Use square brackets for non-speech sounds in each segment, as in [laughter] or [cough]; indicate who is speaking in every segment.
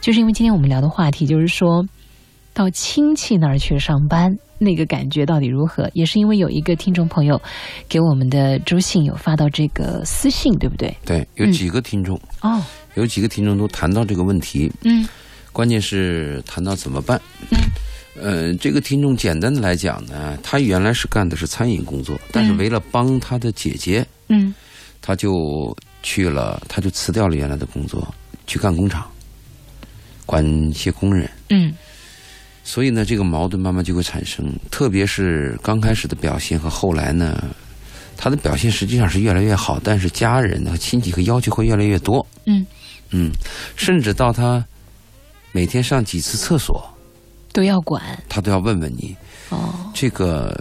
Speaker 1: 就是因为今天我们聊的话题就是说到亲戚那儿去上班，那个感觉到底如何？也是因为有一个听众朋友给我们的周信有发到这个私信，对不对？
Speaker 2: 对，有几个听众，
Speaker 1: 哦，
Speaker 2: 有几个听众都谈到这个问题，
Speaker 1: 嗯
Speaker 2: 关键是谈到怎么办。
Speaker 1: 嗯
Speaker 2: 呃，这个听众简单的来讲呢，他原来是干的是餐饮工作，但是
Speaker 1: 嗯
Speaker 2: 为了帮他的姐姐，
Speaker 1: 嗯，
Speaker 2: 他就去了，他就辞掉了原来的工作，去干工厂，管一些工人。
Speaker 1: 嗯
Speaker 2: 所以呢，这个矛盾慢慢就会产生，特别是刚开始的表现和后来呢，他的表现实际上是越来越好，但是家人和亲戚和要求会越来越多。
Speaker 1: 嗯，
Speaker 2: 嗯，甚至到他每天上几次厕所，
Speaker 1: 都要管
Speaker 2: 他都要问问你，
Speaker 1: 哦。
Speaker 2: 这个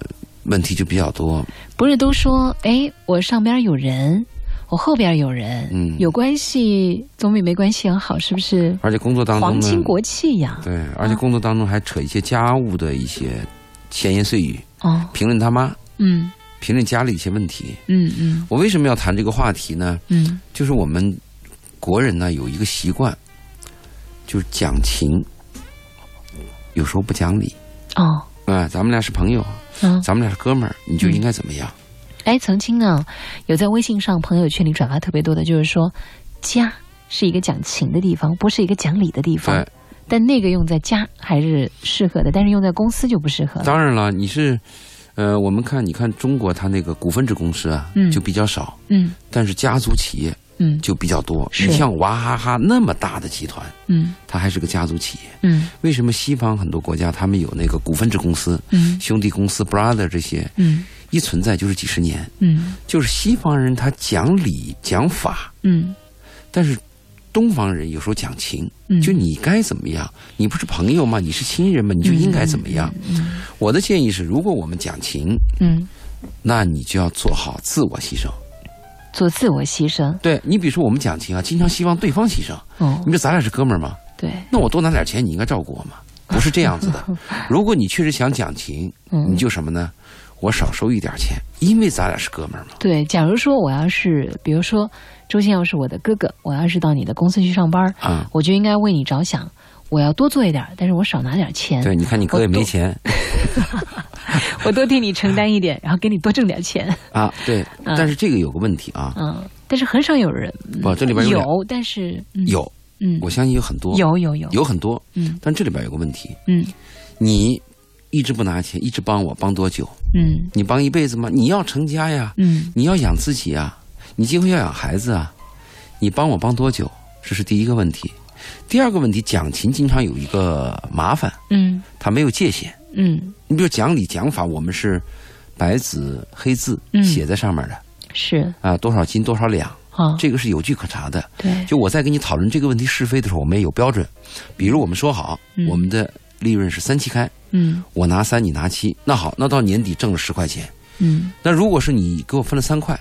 Speaker 2: 问题就比较多。
Speaker 1: 不是都说，哎，我上边有人，我后边有人，
Speaker 2: 嗯
Speaker 1: 有关系总比没关系要好，是不是？
Speaker 2: 而且工作当中
Speaker 1: 皇
Speaker 2: 呢，
Speaker 1: 亲国啊戚呀，
Speaker 2: 对，而且工作当中还扯一些家务的一些闲言碎语，
Speaker 1: 哦，
Speaker 2: 评论他妈，
Speaker 1: 嗯
Speaker 2: 评论家里一些问题。
Speaker 1: 嗯嗯
Speaker 2: 我为什么要谈这个话题呢？
Speaker 1: 嗯，
Speaker 2: 就是我们国人呢有一个习惯，就是讲情，有时候不讲理。
Speaker 1: 哦，
Speaker 2: 啊、咱们俩是朋友，
Speaker 1: 嗯，
Speaker 2: 咱们俩是哥们儿，你就应该怎么样？
Speaker 1: 哎，曾经呢，有在微信上朋友圈里转发特别多的，就是说，家是一个讲情的地方，不是一个讲理的地方
Speaker 2: 对。，
Speaker 1: 但那个用在家还是适合的，但是用在公司就不适合了。
Speaker 2: 当然了，你是，呃，我们看，你看中国它那个股份制公司啊，
Speaker 1: 嗯
Speaker 2: 就比较少，
Speaker 1: 嗯
Speaker 2: 但是家族企业
Speaker 1: 嗯
Speaker 2: 就比较多。
Speaker 1: 是
Speaker 2: 你像娃哈哈那么大的集团，
Speaker 1: 嗯
Speaker 2: 它还是个家族企业。
Speaker 1: 嗯
Speaker 2: 为什么西方很多国家他们有那个股份制公司、
Speaker 1: 嗯
Speaker 2: 兄弟公司、brother 这些，
Speaker 1: 嗯
Speaker 2: 一存在就是几十年？
Speaker 1: 嗯
Speaker 2: 就是西方人他讲理讲法，
Speaker 1: 嗯
Speaker 2: 但是东方人有时候讲情。
Speaker 1: 嗯，
Speaker 2: 就你该怎么样？你不是朋友吗？你是亲人吗？你就应该怎么样？我的建议是，如果我们讲情，
Speaker 1: 嗯
Speaker 2: 那你就要做好自我牺牲。
Speaker 1: 做自我牺牲。
Speaker 2: 对你，比如说我们讲情啊，经常希望对方牺牲。
Speaker 1: 哦
Speaker 2: 你，说咱俩是哥们儿吗？
Speaker 1: 对，
Speaker 2: 那我多拿点钱，你应该照顾我吗？ [laughs] 不是这样子的。如果你确实想讲情，
Speaker 1: 嗯
Speaker 2: 你就什么呢？我少收一点钱，因为咱俩是哥们儿嘛。
Speaker 1: 对。假如说我要是，比如说周信要是我的哥哥，我要是到你的公司去上班，
Speaker 2: 啊，
Speaker 1: 我就应该为你着想，我要多做一点儿，但是我少拿点儿钱，
Speaker 2: 嗯对，你看你哥也没钱
Speaker 1: 我多替你承担一点，然后给你多挣点儿钱。
Speaker 2: 啊。对，
Speaker 1: 嗯
Speaker 2: 但是这个有个问题啊，
Speaker 1: 嗯，但是很少有人
Speaker 2: 不，这里边有两
Speaker 1: 有，但是嗯
Speaker 2: 有，
Speaker 1: 嗯，
Speaker 2: 我相信有很多，
Speaker 1: 有有有
Speaker 2: 有很多，
Speaker 1: 嗯
Speaker 2: 但这里边有个问题，
Speaker 1: 嗯
Speaker 2: 你一直不拿钱，一直帮我，帮多久？
Speaker 1: 嗯
Speaker 2: 你帮一辈子吗？你要成家呀，
Speaker 1: 嗯
Speaker 2: 你要养自己啊，你今后要养孩子啊，你帮我帮多久？这是第一个问题。第二个问题，讲情经常有一个麻烦，
Speaker 1: 嗯
Speaker 2: 它没有界限。
Speaker 1: 嗯，
Speaker 2: 你比如讲理讲法，我们是白纸黑字
Speaker 1: 嗯
Speaker 2: 写在上面的、
Speaker 1: 是
Speaker 2: 啊，多少斤多少两，
Speaker 1: 啊，
Speaker 2: 这个是有据可查的。
Speaker 1: 对，
Speaker 2: 就我在跟你讨论这个问题是非的时候，我们也有标准。比如我们说好，
Speaker 1: 嗯
Speaker 2: 我们的利润是三七开，
Speaker 1: 嗯
Speaker 2: 我拿三，你拿七，那好，那到年底挣了十块钱。
Speaker 1: 嗯
Speaker 2: 那如果是你给我分了三块，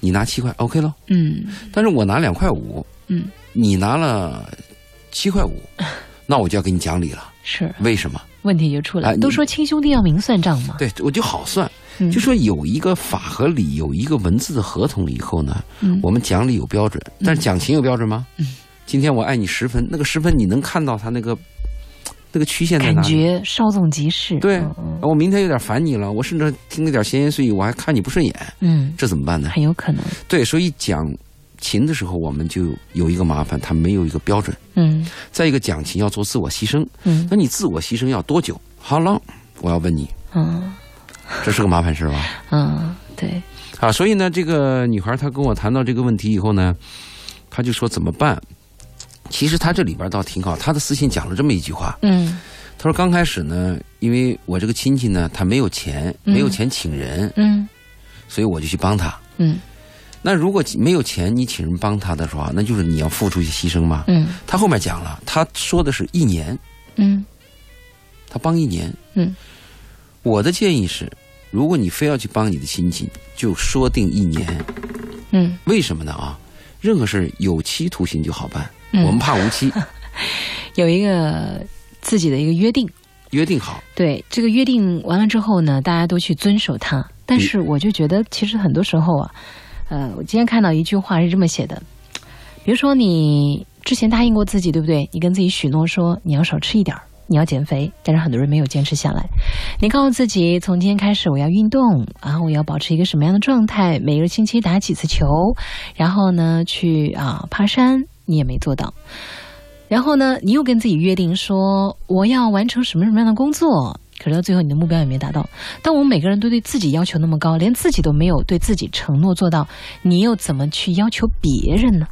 Speaker 2: 你拿七块，OK 喽。
Speaker 1: 嗯
Speaker 2: 但是我拿两块五，
Speaker 1: 嗯，
Speaker 2: 你拿了七
Speaker 1: [laughs]
Speaker 2: 块五，那我就要给你讲理了。
Speaker 1: 是
Speaker 2: 为什么？
Speaker 1: 问题就出来
Speaker 2: 哎
Speaker 1: 了。都
Speaker 2: 你
Speaker 1: 说亲兄弟要明算账嘛，
Speaker 2: 对我就好算，
Speaker 1: 嗯
Speaker 2: 就说有一个法和理，有一个文字的合同了以后呢，
Speaker 1: 嗯
Speaker 2: 我们讲理有标准，但是讲情有标准吗？今天我爱你十分，那个十分你能看到他那个那个曲线在
Speaker 1: 感
Speaker 2: 哪里？
Speaker 1: 觉稍纵即逝。
Speaker 2: 对
Speaker 1: 嗯嗯
Speaker 2: 我明天有点烦你了，我甚至听了点闲言碎语，我还看你不顺眼，
Speaker 1: 嗯，
Speaker 2: 这怎么办呢？
Speaker 1: 很有可能。
Speaker 2: 对，所以讲琴的时候，我们就有一个麻烦，它没有一个标准。
Speaker 1: 嗯
Speaker 2: 再一个，讲琴要做自我牺牲，
Speaker 1: 嗯
Speaker 2: 那你自我牺牲要多久？How long？我要问你，
Speaker 1: 嗯
Speaker 2: 这是个麻烦事儿吧？
Speaker 1: 嗯，对，
Speaker 2: [laughs] 啊，所以呢，这个女孩她跟我谈到这个问题以后呢，她就说怎么办？其实她这里边倒挺好，她的私信讲了这么一句话，
Speaker 1: 嗯
Speaker 2: 她说刚开始呢，因为我这个亲戚呢，他没有钱，
Speaker 1: 嗯
Speaker 2: 没有钱请人，
Speaker 1: 嗯
Speaker 2: 所以我就去帮他。
Speaker 1: 嗯
Speaker 2: 那如果没有钱，你请人帮他的时候啊，那就是你要付出一些牺牲嘛。
Speaker 1: 嗯
Speaker 2: 他后面讲了，他说的是一年，
Speaker 1: 嗯
Speaker 2: 他帮一年。
Speaker 1: 嗯，
Speaker 2: 我的建议是，如果你非要去帮你的亲戚，就说定一年。
Speaker 1: 嗯，
Speaker 2: 为什么呢？啊，任何事儿有期徒刑就好办，
Speaker 1: 嗯
Speaker 2: 我们怕无
Speaker 1: [laughs]
Speaker 2: 期，
Speaker 1: 有一个自己的一个约定。
Speaker 2: 约定好。
Speaker 1: 对这个约定完了之后呢，大家都去遵守它。但是我就觉得，其实很多时候啊，呃，我今天看到一句话是这么写的，比如说你之前答应过自己，对不对？你跟自己许诺说你要少吃一点儿，你要减肥，但是很多人没有坚持下来。你告诉自己，从今天开始我要运动，然后我要保持一个什么样的状态，每个星期打几次球，然后呢去啊爬山，你也没做到。然后呢，你又跟自己约定说我要完成什么什么样的工作，可是到最后你的目标也没达到。当我们每个人都对自己要求那么高，连自己都没有对自己承诺做到，你又怎么去要求别人呢？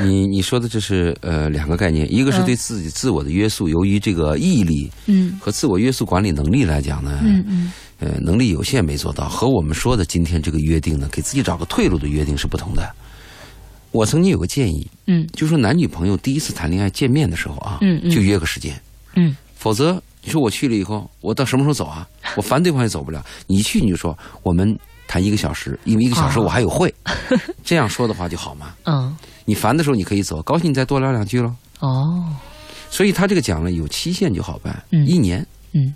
Speaker 2: 你你说的这是呃两个概念，一个是对自己自我的约束，由于这个毅力
Speaker 1: 嗯
Speaker 2: 和自我约束管理能力来讲呢，
Speaker 1: 嗯嗯
Speaker 2: 呃，能力有限没做到，和我们说的今天这个约定呢，给自己找个退路的约定是不同的。我曾经有个建议，
Speaker 1: 嗯
Speaker 2: 就说男女朋友第一次谈恋爱见面的时候啊，
Speaker 1: 嗯嗯
Speaker 2: 就约个时间，
Speaker 1: 嗯
Speaker 2: 否则你说我去了以后，我到什么时候
Speaker 1: [laughs]
Speaker 2: 走啊？我烦对方也走不了。你去你就说我们谈一个小时，因为一个小时
Speaker 1: 啊
Speaker 2: 我还
Speaker 1: [laughs]
Speaker 2: 有会，这样说的话就好嘛。
Speaker 1: 嗯
Speaker 2: 你烦的时候你可以走，高兴你再多聊两句喽。
Speaker 1: 哦
Speaker 2: 所以他这个讲了有期限就好办，
Speaker 1: 嗯
Speaker 2: 一年，
Speaker 1: 嗯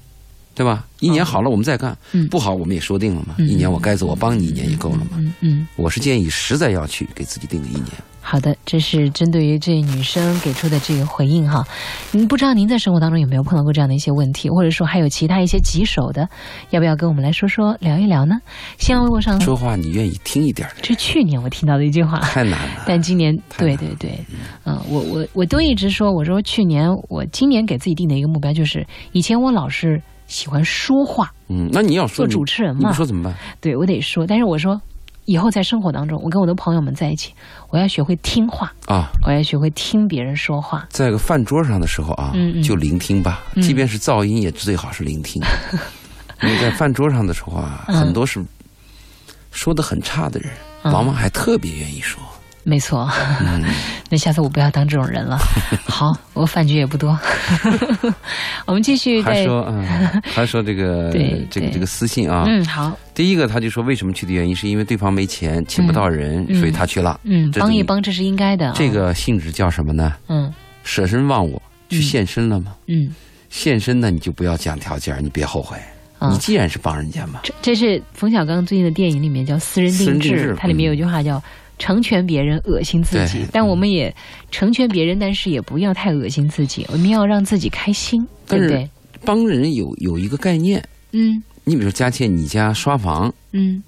Speaker 2: 对吧？一年好了我们再干，
Speaker 1: 嗯
Speaker 2: 不好我们也说定了嘛。
Speaker 1: 嗯
Speaker 2: 一年我该走，我帮你一年也够了嘛。
Speaker 1: 嗯嗯，
Speaker 2: 我是建议实在要去给自己定个一年。
Speaker 1: 好的，这是针对于这女生给出的这个回应哈。您不知道您在生活当中有没有碰到过这样的一些问题，或者说还有其他一些棘手的，要不要跟我们来说说聊一聊呢？新浪微博上，
Speaker 2: 说话你愿意听一点儿的，
Speaker 1: 这去年我听到的一句话。
Speaker 2: 太难了。
Speaker 1: 但今年，
Speaker 2: 太
Speaker 1: 对
Speaker 2: 难
Speaker 1: 对对，嗯、我我我都一直说，我说去年我今年给自己定的一个目标就是，以前我老是喜欢说话，
Speaker 2: 嗯，那你要说
Speaker 1: 做
Speaker 2: 你
Speaker 1: 主持人
Speaker 2: 你
Speaker 1: 嘛
Speaker 2: 不，说怎么办？
Speaker 1: 对我得说，但是我说以后在生活当中，我跟我的朋友们在一起，我要学会听话，
Speaker 2: 啊，
Speaker 1: 我要学会听别人说话。
Speaker 2: 在个饭桌上的时候啊，
Speaker 1: 嗯嗯
Speaker 2: 就聆听吧，
Speaker 1: 嗯
Speaker 2: 即便是噪音，也最好
Speaker 1: [laughs]
Speaker 2: 是聆听。因为在饭桌上的时候啊，
Speaker 1: 嗯
Speaker 2: 很多是说的很差的人，
Speaker 1: 嗯
Speaker 2: 往往还特别愿意说。
Speaker 1: 没错， [laughs]
Speaker 2: 嗯，
Speaker 1: 那下次我不要当这种
Speaker 2: [laughs]
Speaker 1: 人了。好，我饭局也不多。 [laughs] 我们继续
Speaker 2: 还
Speaker 1: 在，
Speaker 2: 说嗯，还说这个
Speaker 1: [laughs] 对
Speaker 2: 这个
Speaker 1: 对
Speaker 2: 这个私信啊，
Speaker 1: 嗯，好，
Speaker 2: 第一个他就说为什么去的原因是因为对方没钱，请不到人，
Speaker 1: 嗯
Speaker 2: 所以他去了。
Speaker 1: 嗯，
Speaker 2: 这
Speaker 1: 帮
Speaker 2: 种
Speaker 1: 一帮，这是应该的啊。
Speaker 2: 这个性质叫什么呢？
Speaker 1: 嗯，
Speaker 2: 舍身忘我，去
Speaker 1: 嗯
Speaker 2: 献身了吗？
Speaker 1: 嗯
Speaker 2: 献身呢，你就不要讲条件儿，你别后悔。
Speaker 1: 嗯
Speaker 2: 你既然是帮人家嘛，
Speaker 1: 这这是冯小刚最近的电影里面叫《私人
Speaker 2: 私
Speaker 1: 定
Speaker 2: 人
Speaker 1: 制
Speaker 2: 定》，制嗯
Speaker 1: 它里面有一句话叫“成全别人，恶心自己
Speaker 2: 对”，嗯
Speaker 1: 但我们也成全别人，但是也不要太恶心自己，我们要让自己开心，对
Speaker 2: 但
Speaker 1: 不
Speaker 2: 是
Speaker 1: 对？
Speaker 2: 帮人有有一个概念。
Speaker 1: 嗯
Speaker 2: 你比如说佳倩，你家刷房，
Speaker 1: 嗯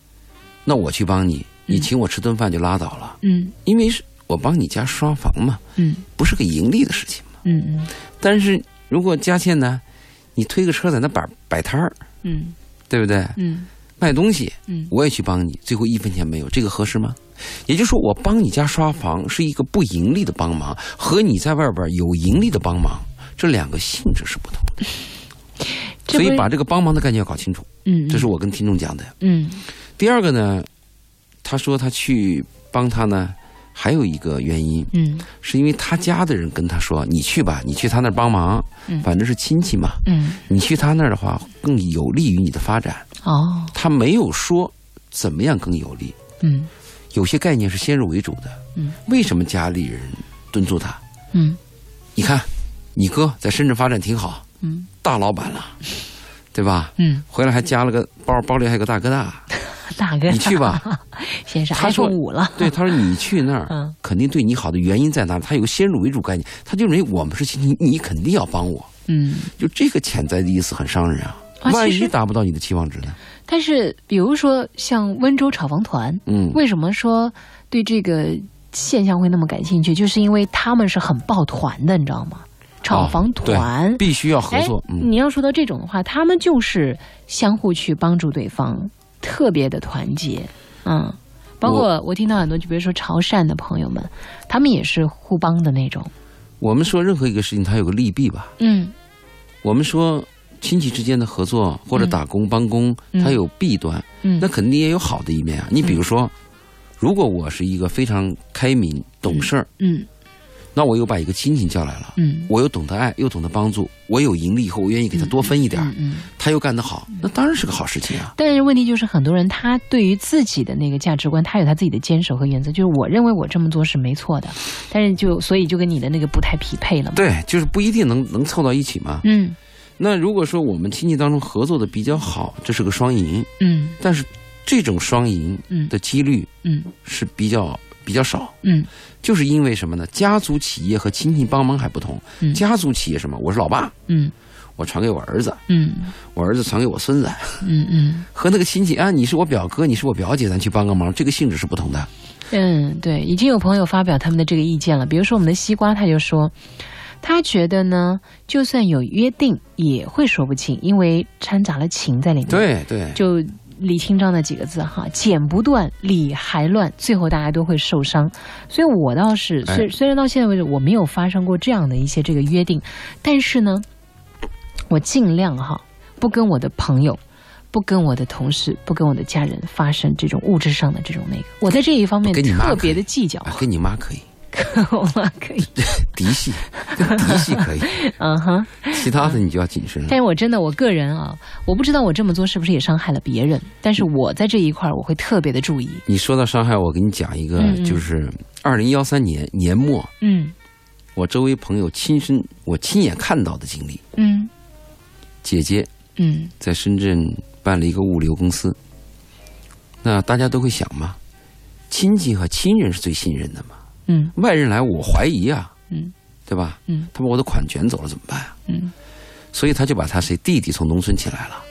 Speaker 2: 那我去帮你，
Speaker 1: 嗯
Speaker 2: 你请我吃顿饭就拉倒了，
Speaker 1: 嗯
Speaker 2: 因为是我帮你家刷房嘛，
Speaker 1: 嗯
Speaker 2: 不是个盈利的事情嘛。
Speaker 1: 嗯嗯
Speaker 2: 但是如果佳倩呢，你推个车在那摆摆摊儿，
Speaker 1: 嗯
Speaker 2: 对不对？
Speaker 1: 嗯
Speaker 2: 卖东西，
Speaker 1: 嗯
Speaker 2: 我也去帮你，最后一分钱没有，这个合适吗？也就是说，我帮你家刷房是一个不盈利的帮忙，和你在外边有盈利的帮忙，这两个性质是不同的。
Speaker 1: 这
Speaker 2: 所
Speaker 1: 不
Speaker 2: 以
Speaker 1: 是
Speaker 2: 把这个帮忙的概念要搞清楚，
Speaker 1: 嗯，
Speaker 2: 这是我跟听众讲的。
Speaker 1: 嗯
Speaker 2: 第二个呢，他说他去帮他呢，还有一个原因
Speaker 1: 嗯
Speaker 2: 是因为他家的人跟他说：“你去吧，你去他那儿帮忙
Speaker 1: 嗯，
Speaker 2: 反正是亲戚嘛，
Speaker 1: 嗯
Speaker 2: 你去他那儿的话更有利于你的发展。”
Speaker 1: 哦
Speaker 2: 他没有说怎么样更有利，
Speaker 1: 嗯
Speaker 2: 有些概念是先入为主的。
Speaker 1: 嗯，
Speaker 2: 为什么家里人敦促他？
Speaker 1: 嗯
Speaker 2: 你看，你哥在深圳发展挺好，
Speaker 1: 嗯
Speaker 2: 大老板了，对吧？
Speaker 1: 嗯，
Speaker 2: 回来还加了个包，包里还有个大哥大。
Speaker 1: 大哥，
Speaker 2: 你去吧，
Speaker 1: 先生
Speaker 2: 他说
Speaker 1: ，iPhone 五了，
Speaker 2: 对，他说你去那儿
Speaker 1: 嗯
Speaker 2: 肯定对你好的原因在哪里？他有个先入为主概念，他就认为我们是亲戚，你肯定要帮我。
Speaker 1: 嗯。
Speaker 2: 就这个潜在的意思很伤人啊！
Speaker 1: 啊
Speaker 2: 万
Speaker 1: 其实
Speaker 2: 一达不到你的期望值呢？
Speaker 1: 但是，比如说像温州炒房团，
Speaker 2: 嗯，
Speaker 1: 为什么说对这个现象会那么感兴趣？就是因为他们是很抱团的，你知道吗？炒房团。
Speaker 2: 必须要哦合
Speaker 1: 哎
Speaker 2: 作。嗯，
Speaker 1: 你要说到这种的话，他们就是相互去帮助对方，特别的团结。嗯，包括我听到很多，就比如说潮汕的朋友们，他们也是互帮的那种。
Speaker 2: 我们说任何一个事情，它有个利弊吧。
Speaker 1: 嗯
Speaker 2: 我们说亲戚之间的合作或者
Speaker 1: 嗯
Speaker 2: 打工帮工，
Speaker 1: 嗯
Speaker 2: 它有弊端，
Speaker 1: 嗯
Speaker 2: 那肯定也有好的一面啊。你比如说，如果我是一个非常开明懂事儿，
Speaker 1: 嗯
Speaker 2: 那我又把一个亲戚叫来了，
Speaker 1: 嗯
Speaker 2: 我又懂得爱，又懂得帮助，我有盈利以后，我愿意给他多分一点儿，
Speaker 1: 嗯嗯。
Speaker 2: 他又干得好，那当然是个好事情啊。
Speaker 1: 但是问题就是，很多人他对于自己的那个价值观，他有他自己的坚守和原则，就是我认为我这么做是没错的，但是就所以就跟你的那个不太匹配了嘛。
Speaker 2: 对，就是不一定能能凑到一起嘛。
Speaker 1: 嗯
Speaker 2: 那如果说我们亲戚当中合作的比较好，这是个双赢，
Speaker 1: 嗯
Speaker 2: 但是这种双赢
Speaker 1: 嗯
Speaker 2: 的几率
Speaker 1: 嗯
Speaker 2: 是比较比较少，
Speaker 1: 嗯
Speaker 2: 就是因为什么呢？家族企业和亲戚帮忙还不同。
Speaker 1: 嗯
Speaker 2: 家族企业什么？我是老爸，
Speaker 1: 嗯
Speaker 2: 我传给我儿子，
Speaker 1: 嗯
Speaker 2: 我儿子传给我孙子，
Speaker 1: 嗯嗯
Speaker 2: 和那个亲戚啊，你是我表哥，你是我表姐，咱去帮个忙，这个性质是不同的。
Speaker 1: 嗯，对，已经有朋友发表他们的这个意见了。比如说我们的西瓜，他就说，他觉得呢，就算有约定，也会说不清，因为掺杂了情在里面。
Speaker 2: 对对，
Speaker 1: 就李清照那几个字哈，剪不断，理还乱，最后大家都会受伤。所以我倒是虽
Speaker 2: 哎
Speaker 1: 虽然到现在为止我没有发生过这样的一些这个约定，但是呢，我尽量哈不跟我的朋友。不跟我的同事，不跟我的家人发生这种物质上的这种那个，我在这一方面
Speaker 2: 不跟你妈
Speaker 1: 特别的计较， [laughs]
Speaker 2: 啊，跟你妈可以，
Speaker 1: 我妈可以，
Speaker 2: 嫡系，跟嫡系
Speaker 1: [laughs]
Speaker 2: 可以，
Speaker 1: 嗯哼。
Speaker 2: 其他的你就要谨慎了。
Speaker 1: 但是我真的，我个人啊，我不知道我这么做是不是也伤害了别人，但是我在这一块儿我会特别的注意。
Speaker 2: 你说到伤害，我给你讲一个，
Speaker 1: 嗯嗯
Speaker 2: 就是二零幺三年年末，
Speaker 1: 嗯
Speaker 2: 我周围朋友亲身我亲眼看到的经历。
Speaker 1: 嗯
Speaker 2: 姐姐
Speaker 1: 嗯
Speaker 2: 在深圳办了一个物流公司，那大家都会想嘛，亲戚和亲人是最信任的嘛，
Speaker 1: 嗯
Speaker 2: 外人来我怀疑啊，
Speaker 1: 嗯
Speaker 2: 对吧？
Speaker 1: 嗯
Speaker 2: 他把我的款卷走了怎么办啊？
Speaker 1: 嗯
Speaker 2: 所以他就把他谁弟弟从农村请来了，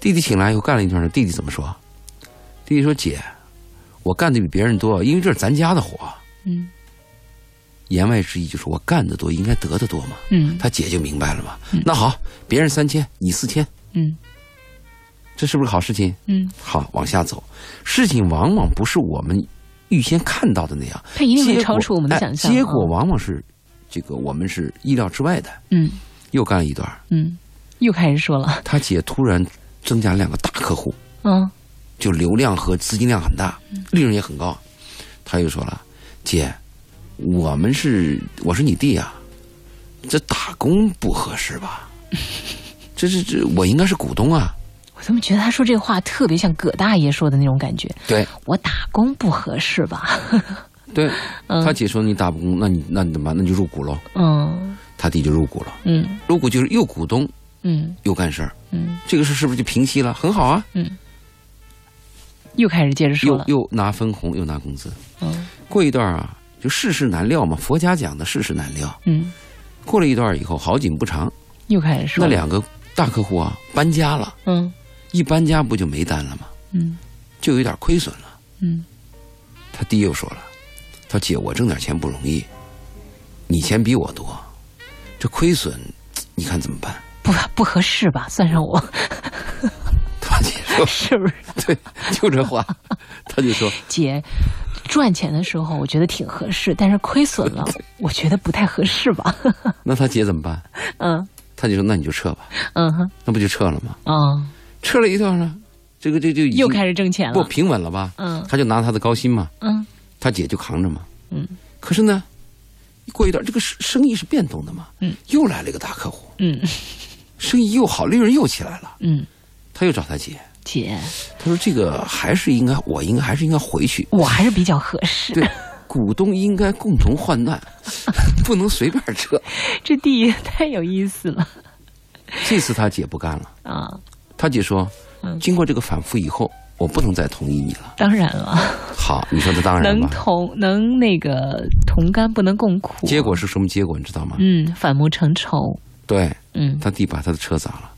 Speaker 2: 弟弟请来以后干了一段，弟弟怎么说？弟弟说：“姐，我干的比别人多，因为这是咱家的活。
Speaker 1: 嗯”
Speaker 2: 言外之意就是我干的多，应该得的多嘛。
Speaker 1: 嗯
Speaker 2: 他姐就明白了嘛。那好，别人三千，你四千，
Speaker 1: 嗯
Speaker 2: 这是不是个好事情？
Speaker 1: 嗯，
Speaker 2: 好，往下走，事情往往不是我们预先看到的那样，
Speaker 1: 他一定会
Speaker 2: 结果
Speaker 1: 超出我们的
Speaker 2: 哎
Speaker 1: 想象。啊
Speaker 2: 结果，往往是这个我们是意料之外的。
Speaker 1: 嗯
Speaker 2: 又干了一段儿，
Speaker 1: 嗯，又开始说了，
Speaker 2: 他姐突然增加两个大客户，
Speaker 1: 嗯
Speaker 2: 就流量和资金量很大，利润也很高。他又说了：“姐，我们是我是你弟啊，这打工不合适吧？
Speaker 1: [laughs]
Speaker 2: 这这这，我应该是股东啊。
Speaker 1: 我怎么觉得他说这话特别像葛大爷说的那种感觉？
Speaker 2: 对
Speaker 1: 我打工不合适吧？
Speaker 2: 对，
Speaker 1: 嗯
Speaker 2: 他姐说你打不工，那你那你怎么办？那你就入股喽。
Speaker 1: 嗯
Speaker 2: 他弟就入股了，
Speaker 1: 嗯
Speaker 2: 入股就是又股东
Speaker 1: 嗯
Speaker 2: 又干事儿，
Speaker 1: 嗯
Speaker 2: 这个事儿是不是就平息了？很好啊，
Speaker 1: 嗯，又开始接着说
Speaker 2: 又
Speaker 1: 了，
Speaker 2: 又拿分红，又拿工资。
Speaker 1: 嗯
Speaker 2: 过一段儿啊，就世事难料嘛，佛家讲的世事难料。
Speaker 1: 嗯，
Speaker 2: 过了一段儿以后，好景不长，
Speaker 1: 又开始说
Speaker 2: 那
Speaker 1: 了，
Speaker 2: 两个大客户啊搬家了，
Speaker 1: 嗯
Speaker 2: 一搬家不就没单了吗？
Speaker 1: 嗯
Speaker 2: 就有点亏损了。
Speaker 1: 嗯
Speaker 2: 他爹又说了，他说姐，我挣点钱不容易，你钱比我多，这亏损，你看怎么办？ [laughs]
Speaker 1: 不不合适吧？算上我 [laughs]
Speaker 2: 他姐说 [laughs]
Speaker 1: 是不是？：“
Speaker 2: 对，就这话。”他就说
Speaker 1: 姐，赚钱的时候我觉得挺合适，但是亏损了，我觉得不太合适吧。：“
Speaker 2: 那他姐怎么办
Speaker 1: 嗯？”
Speaker 2: 他就说：“那你就撤吧。
Speaker 1: 嗯哼，”
Speaker 2: 那不就撤了吗？
Speaker 1: 哦，
Speaker 2: 撤了一段呢，这个这就已经
Speaker 1: 又开始挣钱
Speaker 2: 不
Speaker 1: 了。
Speaker 2: 平稳了吧？
Speaker 1: 嗯
Speaker 2: 他就拿他的高薪嘛，
Speaker 1: 嗯
Speaker 2: 他姐就扛着嘛。
Speaker 1: 嗯
Speaker 2: 可是呢，过一段这个生生意是变动的嘛，
Speaker 1: 嗯，
Speaker 2: 又来了一个大客户，
Speaker 1: 嗯
Speaker 2: 生意又好，利润又起来了，
Speaker 1: 嗯，
Speaker 2: 他又找他姐，
Speaker 1: 姐，
Speaker 2: 他说这个还是应该，我应该还是应该回去，
Speaker 1: 我还是比较合适。
Speaker 2: 对，股东应该共同患难， [laughs] 不能随便
Speaker 1: [laughs]
Speaker 2: 撤。
Speaker 1: 这弟也太有意思了
Speaker 2: 这次他姐不干了，
Speaker 1: 啊！
Speaker 2: 他姐说
Speaker 1: 嗯，
Speaker 2: 经过这个反复以后，我不能再同意你了。
Speaker 1: 当然了，
Speaker 2: 好，你说这当然
Speaker 1: 能
Speaker 2: 吧？
Speaker 1: 同能那个同甘不能共苦。
Speaker 2: 结果是什么结果？你知道吗？
Speaker 1: 嗯，反目成仇。
Speaker 2: 对
Speaker 1: 嗯，
Speaker 2: 他弟把他的车砸了，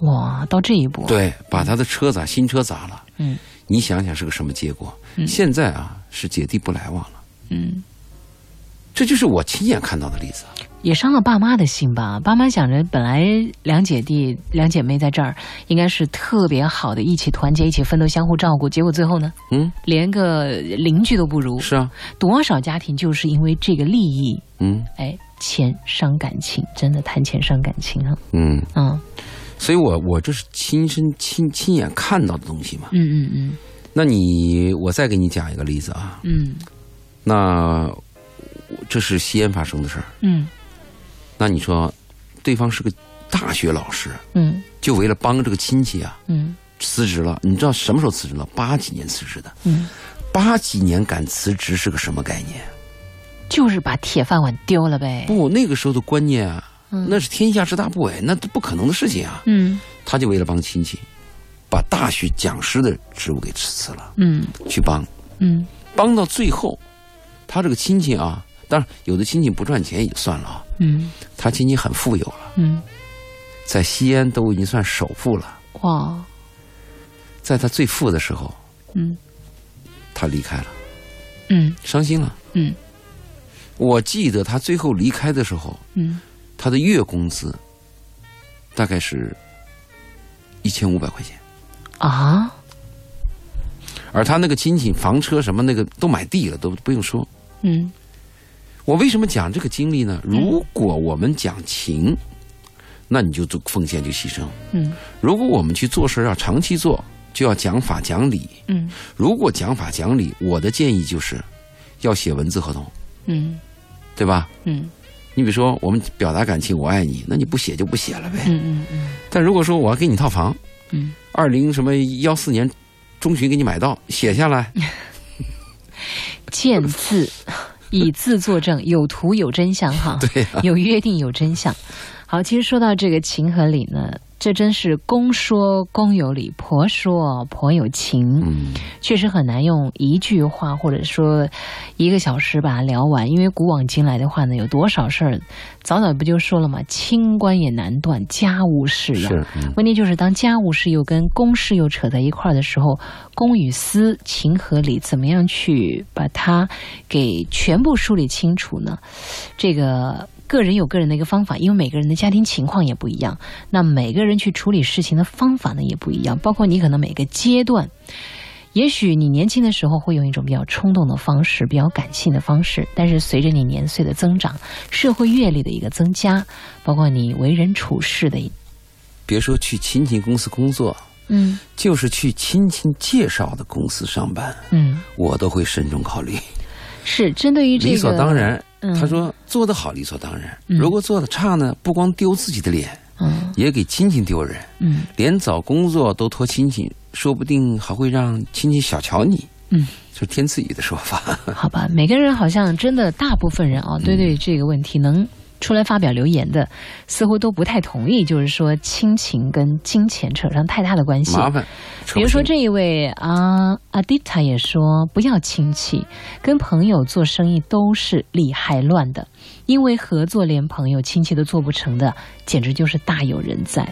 Speaker 1: 哇，到这一步。，
Speaker 2: 对，把他的车砸，新车砸了。
Speaker 1: 嗯
Speaker 2: 你想想是个什么结果？
Speaker 1: 嗯
Speaker 2: 现在啊，是姐弟不来往了，
Speaker 1: 嗯。
Speaker 2: 这就是我亲眼看到的例子。
Speaker 1: 也伤了爸妈的心吧。爸妈想着，本来两姐弟、两姐妹在这儿应该是特别好的，一起团结、一起奋斗、相互照顾。结果最后呢，
Speaker 2: 嗯，
Speaker 1: 连个邻居都不如。
Speaker 2: 是啊，
Speaker 1: 多少家庭就是因为这个利益，
Speaker 2: 嗯
Speaker 1: 哎，钱伤感情，真的谈钱伤感情啊。
Speaker 2: 嗯，
Speaker 1: 嗯
Speaker 2: 所以我我这是亲身亲亲眼看到的东西嘛。
Speaker 1: 嗯嗯嗯
Speaker 2: 那你我再给你讲一个例子啊，
Speaker 1: 嗯
Speaker 2: 那我这是西安发生的事儿。
Speaker 1: 嗯
Speaker 2: 那你说，对方是个大学老师，
Speaker 1: 嗯
Speaker 2: 就为了帮这个亲戚啊
Speaker 1: 嗯
Speaker 2: 辞职了。你知道什么时候辞职了？八几年辞职的。
Speaker 1: 嗯，
Speaker 2: 八几年敢辞职是个什么概念？
Speaker 1: 就是把铁饭碗丢了呗。
Speaker 2: 不，那个时候的观念啊，
Speaker 1: 嗯
Speaker 2: 那是天下之大不韪，那都不可能的事情啊。
Speaker 1: 嗯
Speaker 2: 他就为了帮亲戚，把大学讲师的职务给辞了，
Speaker 1: 嗯
Speaker 2: 去帮。
Speaker 1: 嗯
Speaker 2: 帮到最后，他这个亲戚啊，当然有的亲戚不赚钱也就算了啊，
Speaker 1: 嗯
Speaker 2: 他亲戚很富有了，
Speaker 1: 嗯，
Speaker 2: 在西安都已经算首富了。
Speaker 1: 哇，
Speaker 2: 在他最富的时候，
Speaker 1: 嗯
Speaker 2: 他离开了，
Speaker 1: 嗯
Speaker 2: 伤心了。
Speaker 1: 嗯
Speaker 2: 我记得他最后离开的时候，
Speaker 1: 嗯，
Speaker 2: 他的月工资大概是一千五百块钱，
Speaker 1: 啊，
Speaker 2: 而他那个亲戚房车什么那个都买地了，都不用说。
Speaker 1: 嗯
Speaker 2: 我为什么讲这个经历呢？如果我们讲情，那你就做奉献就牺牲；
Speaker 1: 嗯
Speaker 2: 如果我们去做事要长期做，就要讲法讲理。
Speaker 1: 嗯
Speaker 2: 如果讲法讲理，我的建议就是要写文字合同，
Speaker 1: 嗯
Speaker 2: 对吧？
Speaker 1: 嗯
Speaker 2: 你比如说，我们表达感情，我爱你，那你不写就不写了呗。
Speaker 1: 嗯嗯
Speaker 2: 但如果说我要给你套房，
Speaker 1: 嗯，
Speaker 2: 二零什么幺四年中旬给你买到，写下来，
Speaker 1: 见字。以字作证，有图有真相哈，
Speaker 2: 对呀、
Speaker 1: [laughs] 有约定有真相。好，其实说到这个情和理呢，这真是公说公有理，婆说婆有情。
Speaker 2: 嗯，
Speaker 1: 确实很难用一句话或者说一个小时把它聊完，因为古往今来的话呢，有多少事儿，早早不就说了嘛，清官也难断家务事呀。
Speaker 2: 是，嗯
Speaker 1: 问题就是，当家务事又跟公事又扯在一块儿的时候，公与私、情和理，怎么样去把它给全部梳理清楚呢？这个个人有个人的一个方法，因为每个人的家庭情况也不一样，那每个人去处理事情的方法呢也不一样，包括你可能每个阶段。也许你年轻的时候会用一种比较冲动的方式，比较感性的方式，但是随着你年岁的增长，社会阅历的一个增加，包括你为人处事的一，
Speaker 2: 别说去亲戚公司工作，
Speaker 1: 嗯
Speaker 2: 就是去亲戚介绍的公司上班，
Speaker 1: 嗯，
Speaker 2: 我都会慎重考虑，
Speaker 1: 是针对于这个
Speaker 2: 理所当，然。
Speaker 1: 嗯
Speaker 2: 他说做得好理所当然，
Speaker 1: 嗯
Speaker 2: 如果做得差呢，不光丢自己的脸，
Speaker 1: 嗯
Speaker 2: 也给亲戚丢人，
Speaker 1: 嗯
Speaker 2: 连找工作都托亲戚，说不定还会让亲戚小瞧你。
Speaker 1: 嗯，
Speaker 2: 就是天赐予的说法。
Speaker 1: 好吧，每个人好像真的大部分人啊，
Speaker 2: 嗯
Speaker 1: 对对这个问题能出来发表留言的，似乎都不太同意，就是说亲情跟金钱扯上太大的关系。
Speaker 2: 麻烦。扯不
Speaker 1: 比如说
Speaker 2: 清
Speaker 1: 这一位啊，阿迪塔也说不要亲戚，跟朋友做生意都是利害乱的，因为合作连朋友亲戚都做不成的，简直就是大有人在。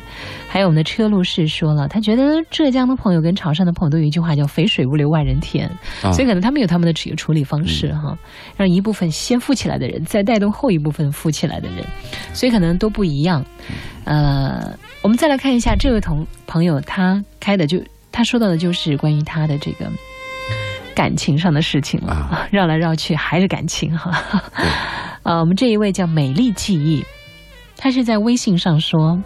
Speaker 1: 还有我们的车路士说了，他觉得浙江的朋友跟潮汕的朋友都有一句话叫“肥水不流外人田”，
Speaker 2: 啊嗯
Speaker 1: 所以可能他们有他们的处处理方式哈，让一部分先富起来的人，再带动后一部分富起来的人，所以可能都不一样。呃，我们再来看一下这位同朋友他开的就他说到的就是关于他的这个感情上的事情了，
Speaker 2: 啊
Speaker 1: [laughs] 绕来绕去还是感情哈。 [laughs] 呃，我们这一位叫美丽记忆，她是在微信上说。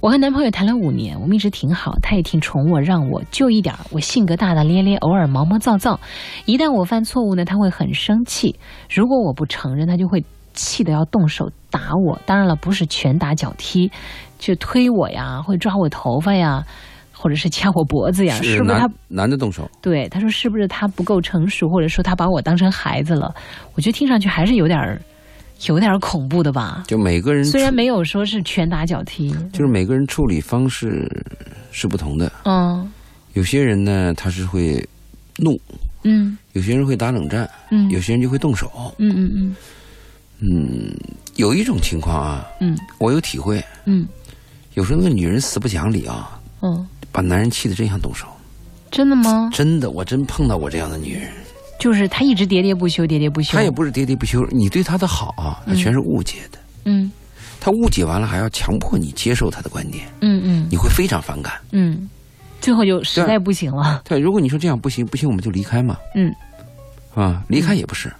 Speaker 1: 我和男朋友谈了五年，我们一直挺好，他也挺宠我，让我就一点儿。我性格大大咧咧，偶尔毛毛躁躁，一旦我犯错误呢，他会很生气。如果我不承认，他就会气得要动手打我。当然了，不是拳打脚踢，就推我呀，会抓我头发呀，或者是掐我脖子呀，
Speaker 2: 是
Speaker 1: 是不是
Speaker 2: 男
Speaker 1: 他
Speaker 2: 男的动手？
Speaker 1: 对，他说是不是他不够成熟，或者说他把我当成孩子了？我觉得听上去还是有点儿，有点儿恐怖的吧。
Speaker 2: 就每个人
Speaker 1: 虽然
Speaker 2: 处
Speaker 1: 没有说是拳打脚踢，
Speaker 2: 就是每个人处理方式是不同的，
Speaker 1: 嗯
Speaker 2: 有些人呢他是会怒，
Speaker 1: 嗯
Speaker 2: 有些人会打冷战，
Speaker 1: 嗯
Speaker 2: 有些人就会动手。
Speaker 1: 嗯嗯
Speaker 2: 嗯，有一种情况啊，
Speaker 1: 嗯
Speaker 2: 我有体会，
Speaker 1: 嗯
Speaker 2: 有时候那个女人死不讲理啊，
Speaker 1: 嗯嗯，
Speaker 2: 把男人气得真想动手。
Speaker 1: 真的吗？
Speaker 2: 真的，我真碰到过这样的女人，
Speaker 1: 就是他一直喋喋不休，喋喋不休。
Speaker 2: 她也不是喋喋不休，你对她的好啊，她全是误解的。
Speaker 1: 嗯
Speaker 2: 她误解完了，还要强迫你接受她的观点，
Speaker 1: 嗯嗯
Speaker 2: 你会非常反感。
Speaker 1: 嗯，最后就实
Speaker 2: 对
Speaker 1: 在不行了。
Speaker 2: 对，如果你说这样不行，不行我们就离开嘛，
Speaker 1: 嗯
Speaker 2: 啊，离开也不是，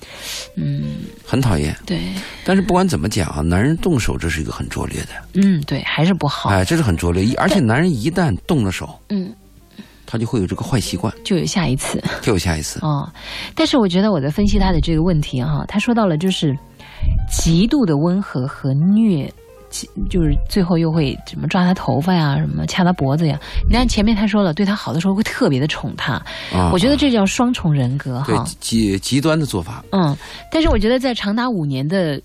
Speaker 1: 嗯，
Speaker 2: 很讨厌。
Speaker 1: 对，
Speaker 2: 但是不管怎么讲啊，男人动手这是一个很拙劣的，
Speaker 1: 嗯对，还是不好。
Speaker 2: 哎，这是很拙劣。一而且男人一旦动了手，
Speaker 1: 嗯，
Speaker 2: 他就会有这个坏习惯，
Speaker 1: 就有下一次。
Speaker 2: 就有下一次。
Speaker 1: 哦，但是我觉得我在分析他的这个问题哈、他说到了就是极度的温和和虐，极就是最后又会什么抓他头发呀，什么掐他脖子呀。你看前面他说了，对他好的时候会特别的宠他，
Speaker 2: 啊，
Speaker 1: 我觉得这叫双重人格
Speaker 2: 对
Speaker 1: 哈。
Speaker 2: 极极端的做法，
Speaker 1: 嗯，但是我觉得在长达五年的。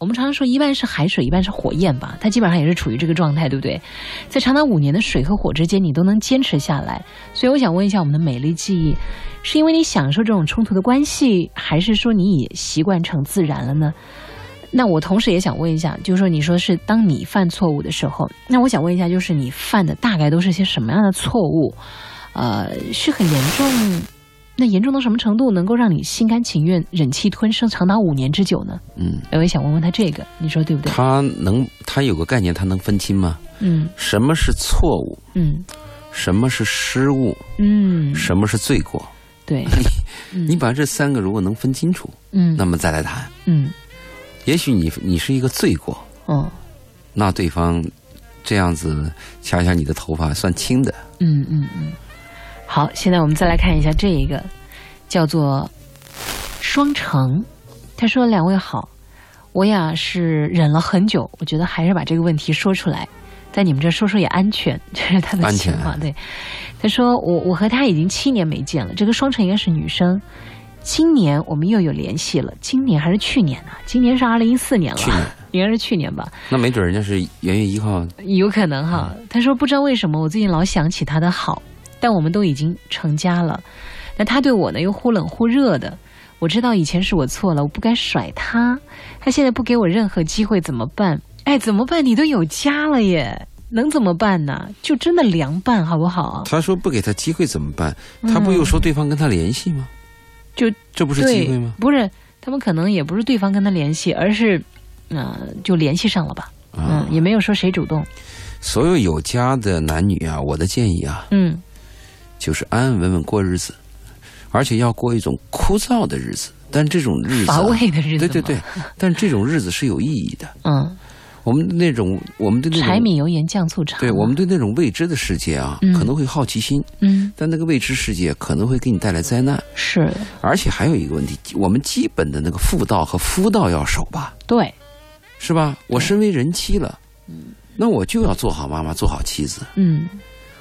Speaker 1: 我们常常说一半是海水，一半是火焰吧，它基本上也是处于这个状态，对不对？在长达五年的水和火之间，你都能坚持下来，所以我想问一下我们的美丽记忆，是因为你享受这种冲突的关系，还是说你已习惯成自然了呢？那我同时也想问一下，就是说你说是当你犯错误的时候，那我想问一下，就是你犯的大概都是些什么样的错误？呃，是很严重，那严重到什么程度能够让你心甘情愿忍气吞声长达五年之久呢？哎
Speaker 2: 嗯，
Speaker 1: 我也想问问他这个，你说对不对？
Speaker 2: 他能，他有个概念，他能分清吗？
Speaker 1: 嗯
Speaker 2: 什么是错误？
Speaker 1: 嗯
Speaker 2: 什么是失误？
Speaker 1: 嗯，
Speaker 2: 什么是罪过？
Speaker 1: 对，嗯
Speaker 2: 你把这三个如果能分清楚，
Speaker 1: 嗯
Speaker 2: [laughs] 那么再来谈。
Speaker 1: 嗯
Speaker 2: 也许你你是一个罪过，
Speaker 1: 哦
Speaker 2: 那对方这样子掐一下你的头发算轻的。
Speaker 1: 嗯嗯嗯，好，现在我们再来看一下这一个，叫做双城。他说：“两位好，我呀是忍了很久，我觉得还是把这个问题说出来，在你们这说说也安全，这是他的
Speaker 2: 安
Speaker 1: 情
Speaker 2: 全
Speaker 1: 况。对，他说我我和他已经七年没见了，这个双城应该是女生。”今年我们又有联系了，今年还是去年呢、今年是二零一四年了，
Speaker 2: 去年
Speaker 1: 应该是去年吧。
Speaker 2: 那没准人家是元月一号，
Speaker 1: 有可能哈。
Speaker 2: 嗯
Speaker 1: 他说不知道为什么，我最近老想起他的好，但我们都已经成家了，那他对我呢又忽冷忽热的。我知道以前是我错了，我不该甩他，他现在不给我任何机会怎么办？哎，怎么办？你都有家了耶，能怎么办呢？就真的凉拌好不好？
Speaker 2: 他说不给他机会怎么办？他不又说对方跟他联系吗？
Speaker 1: 嗯就
Speaker 2: 这不是
Speaker 1: 嗯对
Speaker 2: 机会吗？
Speaker 1: 不是，他们可能也不是对方跟他联系，而是，呃，就联系上了吧？
Speaker 2: 啊
Speaker 1: 嗯，，也没有说谁主动。
Speaker 2: 所有有家的男女啊，我的建议啊，
Speaker 1: 嗯
Speaker 2: 就是安安稳稳过日子，而且要过一种枯燥的日子。但这种日子、啊
Speaker 1: 乏，味的日子。
Speaker 2: 对对对。，但这种日子是有意义的。
Speaker 1: 嗯，
Speaker 2: 我们那种，我们对那种
Speaker 1: 柴米油盐酱醋茶嘛。
Speaker 2: 对我们对那种未知的世界啊，
Speaker 1: 嗯
Speaker 2: 可能会好奇心，
Speaker 1: 嗯，
Speaker 2: 但那个未知世界可能会给你带来灾难。
Speaker 1: 是
Speaker 2: 而且还有一个问题，我们基本的那个妇道和夫道要守吧，
Speaker 1: 对，
Speaker 2: 是吧？我身为人妻了，那我就要做好妈妈，做好妻子。
Speaker 1: 嗯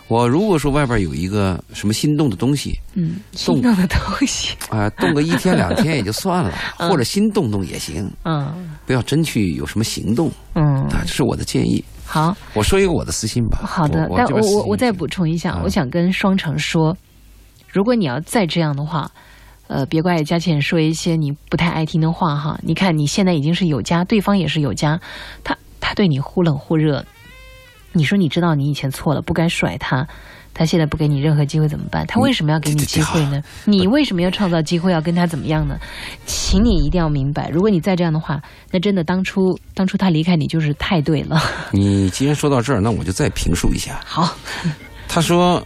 Speaker 2: 我如果说外边有一个什么心动的东西
Speaker 1: 嗯，心动的东西，
Speaker 2: 啊、动个一天两天也就算了，或者心动动也行，
Speaker 1: 嗯
Speaker 2: 不要真去有什么行动
Speaker 1: 嗯，
Speaker 2: 啊，这是我的建议。
Speaker 1: 好
Speaker 2: 我说一个我的私心吧。
Speaker 1: 好的，
Speaker 2: 我
Speaker 1: 但
Speaker 2: 这
Speaker 1: 我
Speaker 2: 边私
Speaker 1: 我
Speaker 2: 心
Speaker 1: 我再
Speaker 2: 是
Speaker 1: 补充一下，
Speaker 2: 嗯
Speaker 1: 我想跟双城说，如果你要再这样的话。呃，别怪佳倩说一些你不太爱听的话哈。你看你现在已经是有家，对方也是有家，他他对你忽冷忽热，你说你知道你以前错了，不该甩他，他现在不给你任何机会怎么
Speaker 2: 嗯
Speaker 1: 办？他为什么要给你机会呢？你为什么要创造机会要跟他怎么样呢？请你一定要明白，如果你再这样的话，那真的当初当初他离开你就是太对了。
Speaker 2: 你既然说到这儿，那我就再评述一下。
Speaker 1: 好，
Speaker 2: 他说，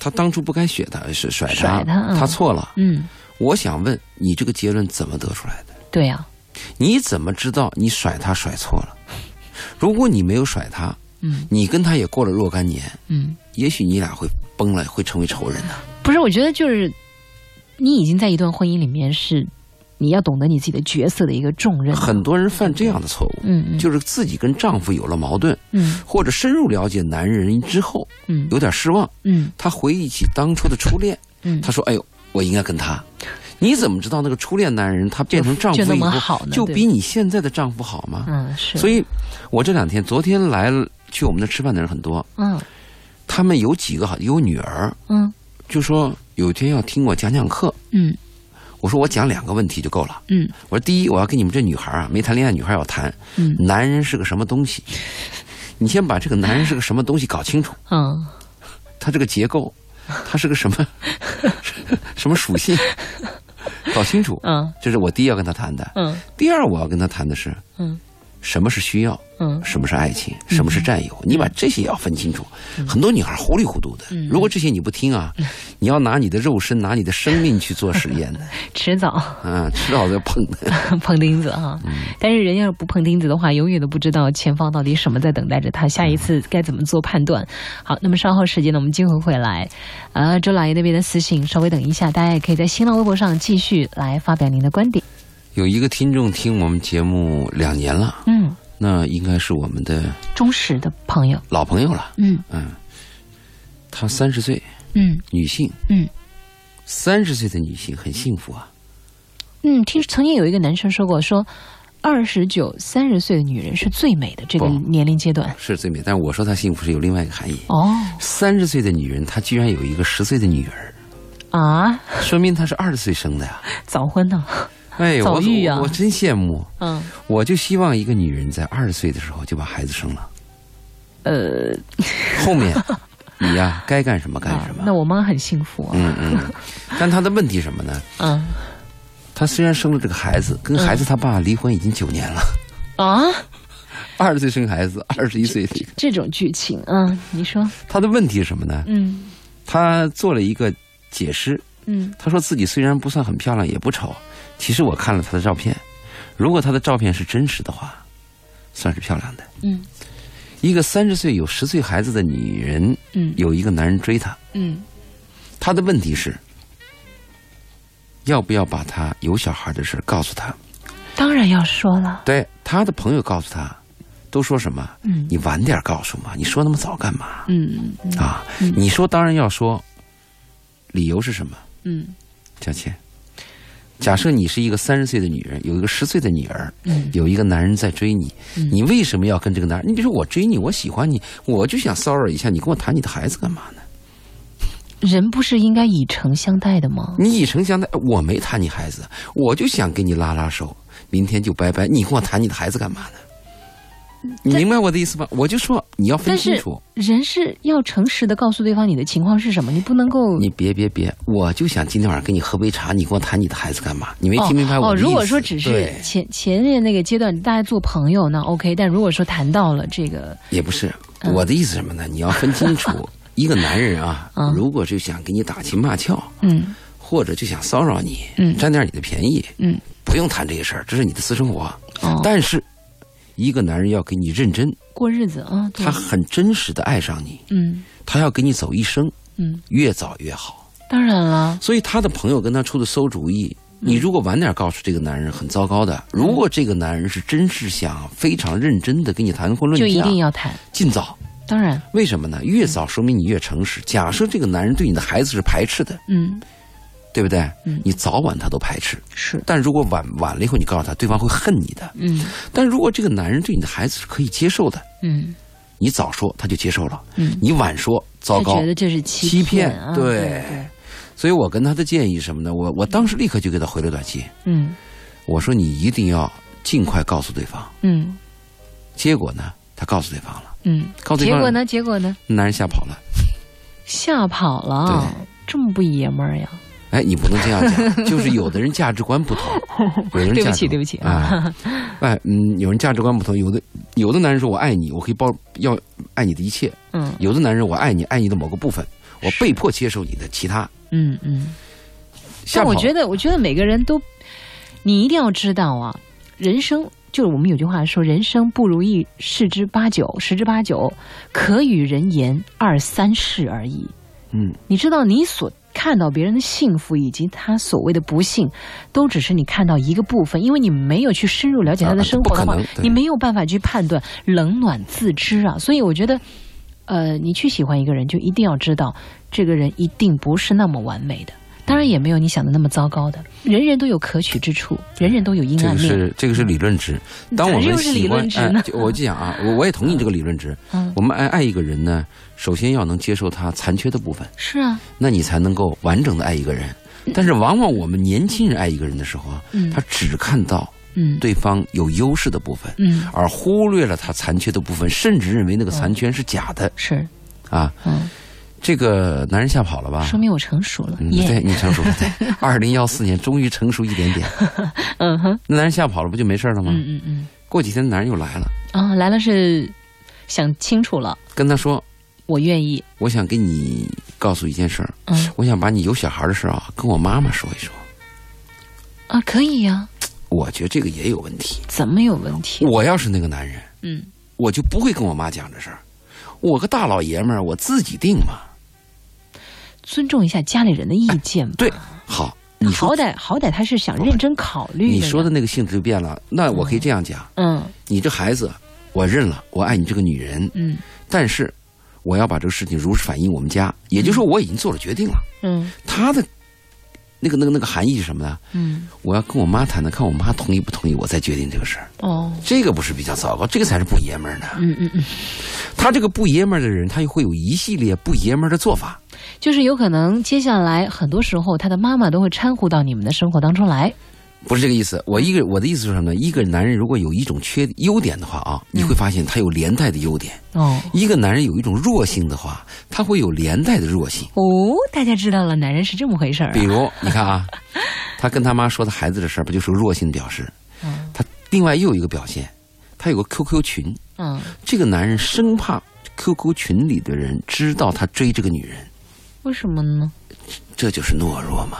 Speaker 2: 他当初不该选他，是甩他，
Speaker 1: 甩他嗯
Speaker 2: 错了。
Speaker 1: 嗯，
Speaker 2: 我想问你，这个结论怎么得出来的？
Speaker 1: 对啊呀、
Speaker 2: 你怎么知道你甩他甩错了？如果你没有甩他，
Speaker 1: 嗯
Speaker 2: 你跟他也过了若干年，
Speaker 1: 嗯，
Speaker 2: 也许你俩会崩了，会成为仇人呢、
Speaker 1: 不是，我觉得就是你已经在一段婚姻里面是你要懂得你自己的角色的一个重任。
Speaker 2: 很多人犯这样的错误，
Speaker 1: 嗯嗯，
Speaker 2: 就是自己跟丈夫有了矛盾，
Speaker 1: 嗯
Speaker 2: 或者深入了解男人之后
Speaker 1: 嗯
Speaker 2: 有点失望，
Speaker 1: 嗯
Speaker 2: 他回忆起当初的初恋，
Speaker 1: 嗯，
Speaker 2: 他说：“哎呦，我应该跟他。”你怎么知道那个初恋男人他变成丈夫
Speaker 1: 就那
Speaker 2: 以
Speaker 1: 么
Speaker 2: 后
Speaker 1: 好呢
Speaker 2: 就
Speaker 1: 对
Speaker 2: 比你现在的丈夫好吗？
Speaker 1: 嗯是，
Speaker 2: 所
Speaker 1: 以
Speaker 2: 以，我这两天昨天来了去我们那吃饭的人很多，
Speaker 1: 嗯
Speaker 2: 他们有几个好有女儿，
Speaker 1: 嗯
Speaker 2: 就说有一天要听我讲讲课。
Speaker 1: 嗯
Speaker 2: 我说我讲两个问题就够了。
Speaker 1: 嗯
Speaker 2: 我说第一，我要跟你们这女孩啊，没谈恋爱女孩要谈，
Speaker 1: 嗯
Speaker 2: 男人是个什么东西？你先把这个男人是个什么东西搞清楚，
Speaker 1: 嗯
Speaker 2: 他这个结构，他是个
Speaker 1: [laughs]
Speaker 2: 什么什么属性，搞清楚。
Speaker 1: 嗯
Speaker 2: 这是我第一要跟他谈的。
Speaker 1: 嗯
Speaker 2: 第二，我要跟他谈的是
Speaker 1: 嗯
Speaker 2: 什么是需要，
Speaker 1: 嗯嗯
Speaker 2: 什么是爱情，什么是占有，你把这些也要分清楚。很多女孩糊里糊涂的，如果这些你不
Speaker 1: [laughs]
Speaker 2: 听啊，你要拿你的肉身、拿你的生命去做实
Speaker 1: [laughs]
Speaker 2: 验的
Speaker 1: 迟早。
Speaker 2: 啊，迟早要碰的。
Speaker 1: [laughs] 碰钉子哈、但是人要是不碰钉子的话，永远都不知道前方到底什么在等待着他，下一次该怎么做判断。好，那么稍后时间呢，我们今后会来，呃，周老爷那边的私信，稍微等一下，大家也可以在新浪微博上继续来发表您的观点。
Speaker 2: 有一个听众听我们节目两年了，
Speaker 1: 嗯，
Speaker 2: 那应该是我们的
Speaker 1: 忠实的朋友，
Speaker 2: 老朋友了。
Speaker 1: 嗯
Speaker 2: 嗯，她三十岁，
Speaker 1: 嗯
Speaker 2: 女性，
Speaker 1: 嗯
Speaker 2: 三十岁的女性很幸福啊。
Speaker 1: 嗯，听曾经有一个男生说过，说，二十九、三十岁的女人是最美的这个
Speaker 2: 不
Speaker 1: 年龄阶段。
Speaker 2: 是最美。但是我说她幸福是有另外一个含义。
Speaker 1: 哦
Speaker 2: 三十岁的女人，她居然有一个十岁的女
Speaker 1: [laughs]
Speaker 2: 儿，
Speaker 1: 啊，
Speaker 2: 说明她是二十岁生的呀。
Speaker 1: 早婚呢？
Speaker 2: 哎，我
Speaker 1: 早育啊
Speaker 2: 我我真羡慕。
Speaker 1: 嗯，
Speaker 2: 我就希望一个女人在二十岁的时候就把孩子生了，
Speaker 1: 呃，[laughs]
Speaker 2: 后面你呀、该干什么干
Speaker 1: 啊
Speaker 2: 什么。
Speaker 1: 那我妈很幸福啊。
Speaker 2: 嗯嗯，但她的问题什么呢？
Speaker 1: 嗯
Speaker 2: 她虽然生了这个孩子，跟孩子他爸离婚已经九年了， [laughs]
Speaker 1: 啊，
Speaker 2: 二十岁生孩子，二十一岁离婚。
Speaker 1: 这种剧情，嗯，你说，
Speaker 2: 她的问题是什么呢？
Speaker 1: 嗯
Speaker 2: 她做了一个解释，
Speaker 1: 嗯
Speaker 2: 她说自己虽然不算很漂亮，也不丑，其实我看了她的照片，如果她的照片是真实的话，算是漂亮的。
Speaker 1: 嗯
Speaker 2: 一个三十岁有十岁孩子的女人，
Speaker 1: 嗯
Speaker 2: 有一个男人追她，
Speaker 1: 嗯
Speaker 2: 她的问题是，要不要把她有小孩的事儿告诉她？
Speaker 1: 当然要说了，
Speaker 2: 对，她的朋友告诉她，都说什么？
Speaker 1: 嗯
Speaker 2: 你晚点告诉嘛，你说那么早干嘛
Speaker 1: 嗯
Speaker 2: 啊？你说当然要说，理由是什么？
Speaker 1: 嗯
Speaker 2: 佳倩，假设你是一个三十岁的女人，有一个十岁的女儿，
Speaker 1: 嗯
Speaker 2: 有一个男人在追你，
Speaker 1: 嗯
Speaker 2: 你为什么要跟这个男人？你比如说我追你，我喜欢你，我就想骚扰一下你，跟我谈你的孩子干嘛呢？
Speaker 1: 人不是应该以诚相待的吗？
Speaker 2: 你以诚相待，我没谈你孩子，我就想跟你拉拉手，明天就拜拜。你跟我谈你的孩子干嘛呢？你明白我的意思吧？我就说你要分
Speaker 1: 但
Speaker 2: 清
Speaker 1: 是
Speaker 2: 楚，
Speaker 1: 人是要诚实的告诉对方你的情况是什么，你不能够
Speaker 2: 你别别别，我就想今天晚上跟你喝杯茶，你跟我谈你的孩子干嘛？你没
Speaker 1: 哦
Speaker 2: 听明白我
Speaker 1: 哦。
Speaker 2: 的意思？
Speaker 1: 如果说只是
Speaker 2: 对
Speaker 1: 前前面那个阶段大家做朋友那 OK，但如果说谈到了这个，
Speaker 2: 也不是，
Speaker 1: 嗯
Speaker 2: 我的意思是什么呢？你要分
Speaker 1: [laughs]
Speaker 2: 清楚，一个男人啊，如果就想给你打情骂俏，
Speaker 1: 嗯
Speaker 2: 或者就想骚扰你，
Speaker 1: 嗯
Speaker 2: 占点你的便宜，
Speaker 1: 嗯
Speaker 2: 不用谈这些事儿，这是你的私生活。
Speaker 1: 哦，
Speaker 2: 但是，一个男人要给你认真，
Speaker 1: 过日子啊，对
Speaker 2: 他，很真实的爱上你，
Speaker 1: 嗯
Speaker 2: 他要给你走一生，
Speaker 1: 嗯，
Speaker 2: 越早越好。
Speaker 1: 当然了，
Speaker 2: 所以他的朋友跟他出的馊主意。
Speaker 1: 嗯
Speaker 2: 你如果晚点告诉这个男人，很糟糕的。如果这个男人是真是想非常认真的跟你谈婚论
Speaker 1: 就
Speaker 2: 嫁，
Speaker 1: 一定要谈，
Speaker 2: 尽早。
Speaker 1: 当然，
Speaker 2: 为什么呢？越早说明你越诚实。假设这个男人对你的孩子是排斥的，
Speaker 1: 嗯
Speaker 2: 对不对？
Speaker 1: 嗯
Speaker 2: 你早晚他都排斥。
Speaker 1: 是，
Speaker 2: 但如果晚晚了以后你告诉他，对方会恨你的。
Speaker 1: 嗯
Speaker 2: 但如果这个男人对你的孩子是可以接受的，
Speaker 1: 嗯
Speaker 2: 你早说他就接受了，
Speaker 1: 嗯，
Speaker 2: 你晚说糟
Speaker 1: 就
Speaker 2: 糕
Speaker 1: 觉。得这是
Speaker 2: 欺
Speaker 1: 骗
Speaker 2: 骗
Speaker 1: 啊，
Speaker 2: 对
Speaker 1: 对对，
Speaker 2: 所以我跟他的建议是什么呢？我我当时立刻就给他回了短信，
Speaker 1: 嗯
Speaker 2: 我说你一定要尽快告诉对方。
Speaker 1: 嗯
Speaker 2: 结果呢，他告诉对方了，
Speaker 1: 嗯，
Speaker 2: 告诉对
Speaker 1: 结
Speaker 2: 方
Speaker 1: 果呢？结果呢？
Speaker 2: 男人吓跑了。
Speaker 1: 吓跑了，啊这么不爷们儿呀？
Speaker 2: 哎，你不能这样讲， [laughs] 就是有的人价值观不同，有的人
Speaker 1: 对不
Speaker 2: 价值
Speaker 1: 起，
Speaker 2: 观
Speaker 1: 对不起啊，
Speaker 2: 啊，哎，嗯，有人价值观不同，有的有的男人说我爱你，我可以包要爱你的一切；
Speaker 1: 嗯
Speaker 2: 有的男人我爱你，爱你的某个部分，我被迫接受你的其他。
Speaker 1: 嗯嗯。
Speaker 2: 吓
Speaker 1: 但我
Speaker 2: 跑
Speaker 1: 觉得，我觉得每个人都，你一定要知道啊，人生就是我们有句话说，人生不如意十之八九，十之八九可与人言二三事而已。
Speaker 2: 嗯，
Speaker 1: 你知道，你所看到别人的幸福以及他所谓的不幸，都只是你看到一个部分，因为你没有去深入了解他的
Speaker 2: 啊
Speaker 1: 生活的
Speaker 2: 不可
Speaker 1: 话
Speaker 2: 能，对
Speaker 1: 你没有办法去判断冷暖自知啊。所以我觉得。呃，你去喜欢一个人，就一定要知道这个人一定不是那么完美的，当然也没有你想的那么糟糕的。人人都有可取之处，人人都有阴
Speaker 2: 这
Speaker 1: 暗
Speaker 2: 个
Speaker 1: 面。
Speaker 2: 是这个是理论值。当
Speaker 1: 咋
Speaker 2: 我
Speaker 1: 又
Speaker 2: 们
Speaker 1: 嗯是理
Speaker 2: 喜欢
Speaker 1: 论，值呢
Speaker 2: 哎，就我就讲啊，我我也同意这个理论值。
Speaker 1: 嗯，
Speaker 2: 我们爱爱一个人呢，首先要能接受他残缺的部分，
Speaker 1: 是啊，
Speaker 2: 那你才能够完整的爱一个人。但是往往我们年轻人爱一个人的时候啊，
Speaker 1: 嗯
Speaker 2: 他只看到
Speaker 1: 嗯，，
Speaker 2: 对方有优势的部分，
Speaker 1: 嗯，
Speaker 2: 而忽略了他残缺的部分，甚至认为那个残缺是假的、
Speaker 1: 是，
Speaker 2: 啊。
Speaker 1: 嗯，
Speaker 2: 这个男人吓跑了吧？
Speaker 1: 说明我成熟了，
Speaker 2: 嗯，
Speaker 1: 耶，
Speaker 2: 对你成
Speaker 1: [laughs]
Speaker 2: 熟了，对，二零幺四年终于成熟一点点。
Speaker 1: 嗯哼，
Speaker 2: 那男人吓跑了，不就没事了吗？
Speaker 1: 嗯嗯嗯，
Speaker 2: 过几天男人又来了，
Speaker 1: 啊，来了是想清楚了，
Speaker 2: 跟他说：“
Speaker 1: 我愿意，
Speaker 2: 我想跟你告诉一件事儿，
Speaker 1: 嗯
Speaker 2: 我想把你有小孩的事儿啊跟我妈妈说一说。
Speaker 1: 啊，可以呀、
Speaker 2: 我觉得这个也有问题。
Speaker 1: 怎么有问题？
Speaker 2: 我要是那个男人，
Speaker 1: 嗯，
Speaker 2: 我就不会跟我妈讲这事儿。我个大老爷们儿，我自己定嘛。
Speaker 1: 尊重一下家里人的意见吧。
Speaker 2: 对，好，你说
Speaker 1: 好歹好歹他是想认真考虑
Speaker 2: 你
Speaker 1: 呀
Speaker 2: 说的，那个性质就变了。那我可以这样讲，
Speaker 1: 嗯
Speaker 2: 你这孩子，我认了，我爱你这个女人，
Speaker 1: 嗯
Speaker 2: 但是我要把这个事情如实反映我们家，也就是说我已经做了决定了。
Speaker 1: 嗯
Speaker 2: 他的那个那个那个含义是什么呢？
Speaker 1: 嗯，
Speaker 2: 我要跟我妈谈谈，看我妈同意不同意，我再决定这个事儿。
Speaker 1: 哦，
Speaker 2: 这个不是比较糟糕，这个才是不爷们儿呢。
Speaker 1: 嗯嗯嗯，
Speaker 2: 他这个不爷们儿的人，他又会有一系列不爷们儿的做法。
Speaker 1: 就是有可能接下来很多时候他的妈妈都会掺和到你们的生活当中来。
Speaker 2: 不是这个意思，我一个我的意思是什么呢？一个男人如果有一种缺优点的话啊，
Speaker 1: 嗯
Speaker 2: 你会发现他有连带的优点；
Speaker 1: 哦
Speaker 2: 一个男人有一种弱性的话，他会有连带的弱性。
Speaker 1: 哦，大家知道了，男人是这么回事儿、
Speaker 2: 比
Speaker 1: 啊。
Speaker 2: 如，你看啊， [laughs] 他跟他妈说他孩子的事儿，不就是弱性表示？他另外又有一个表现，他有个 QQ 群，
Speaker 1: 嗯，
Speaker 2: 这个男人生怕 QQ 群里的人知道他追这个女人，
Speaker 1: 为什么呢？
Speaker 2: 这就是懦弱嘛。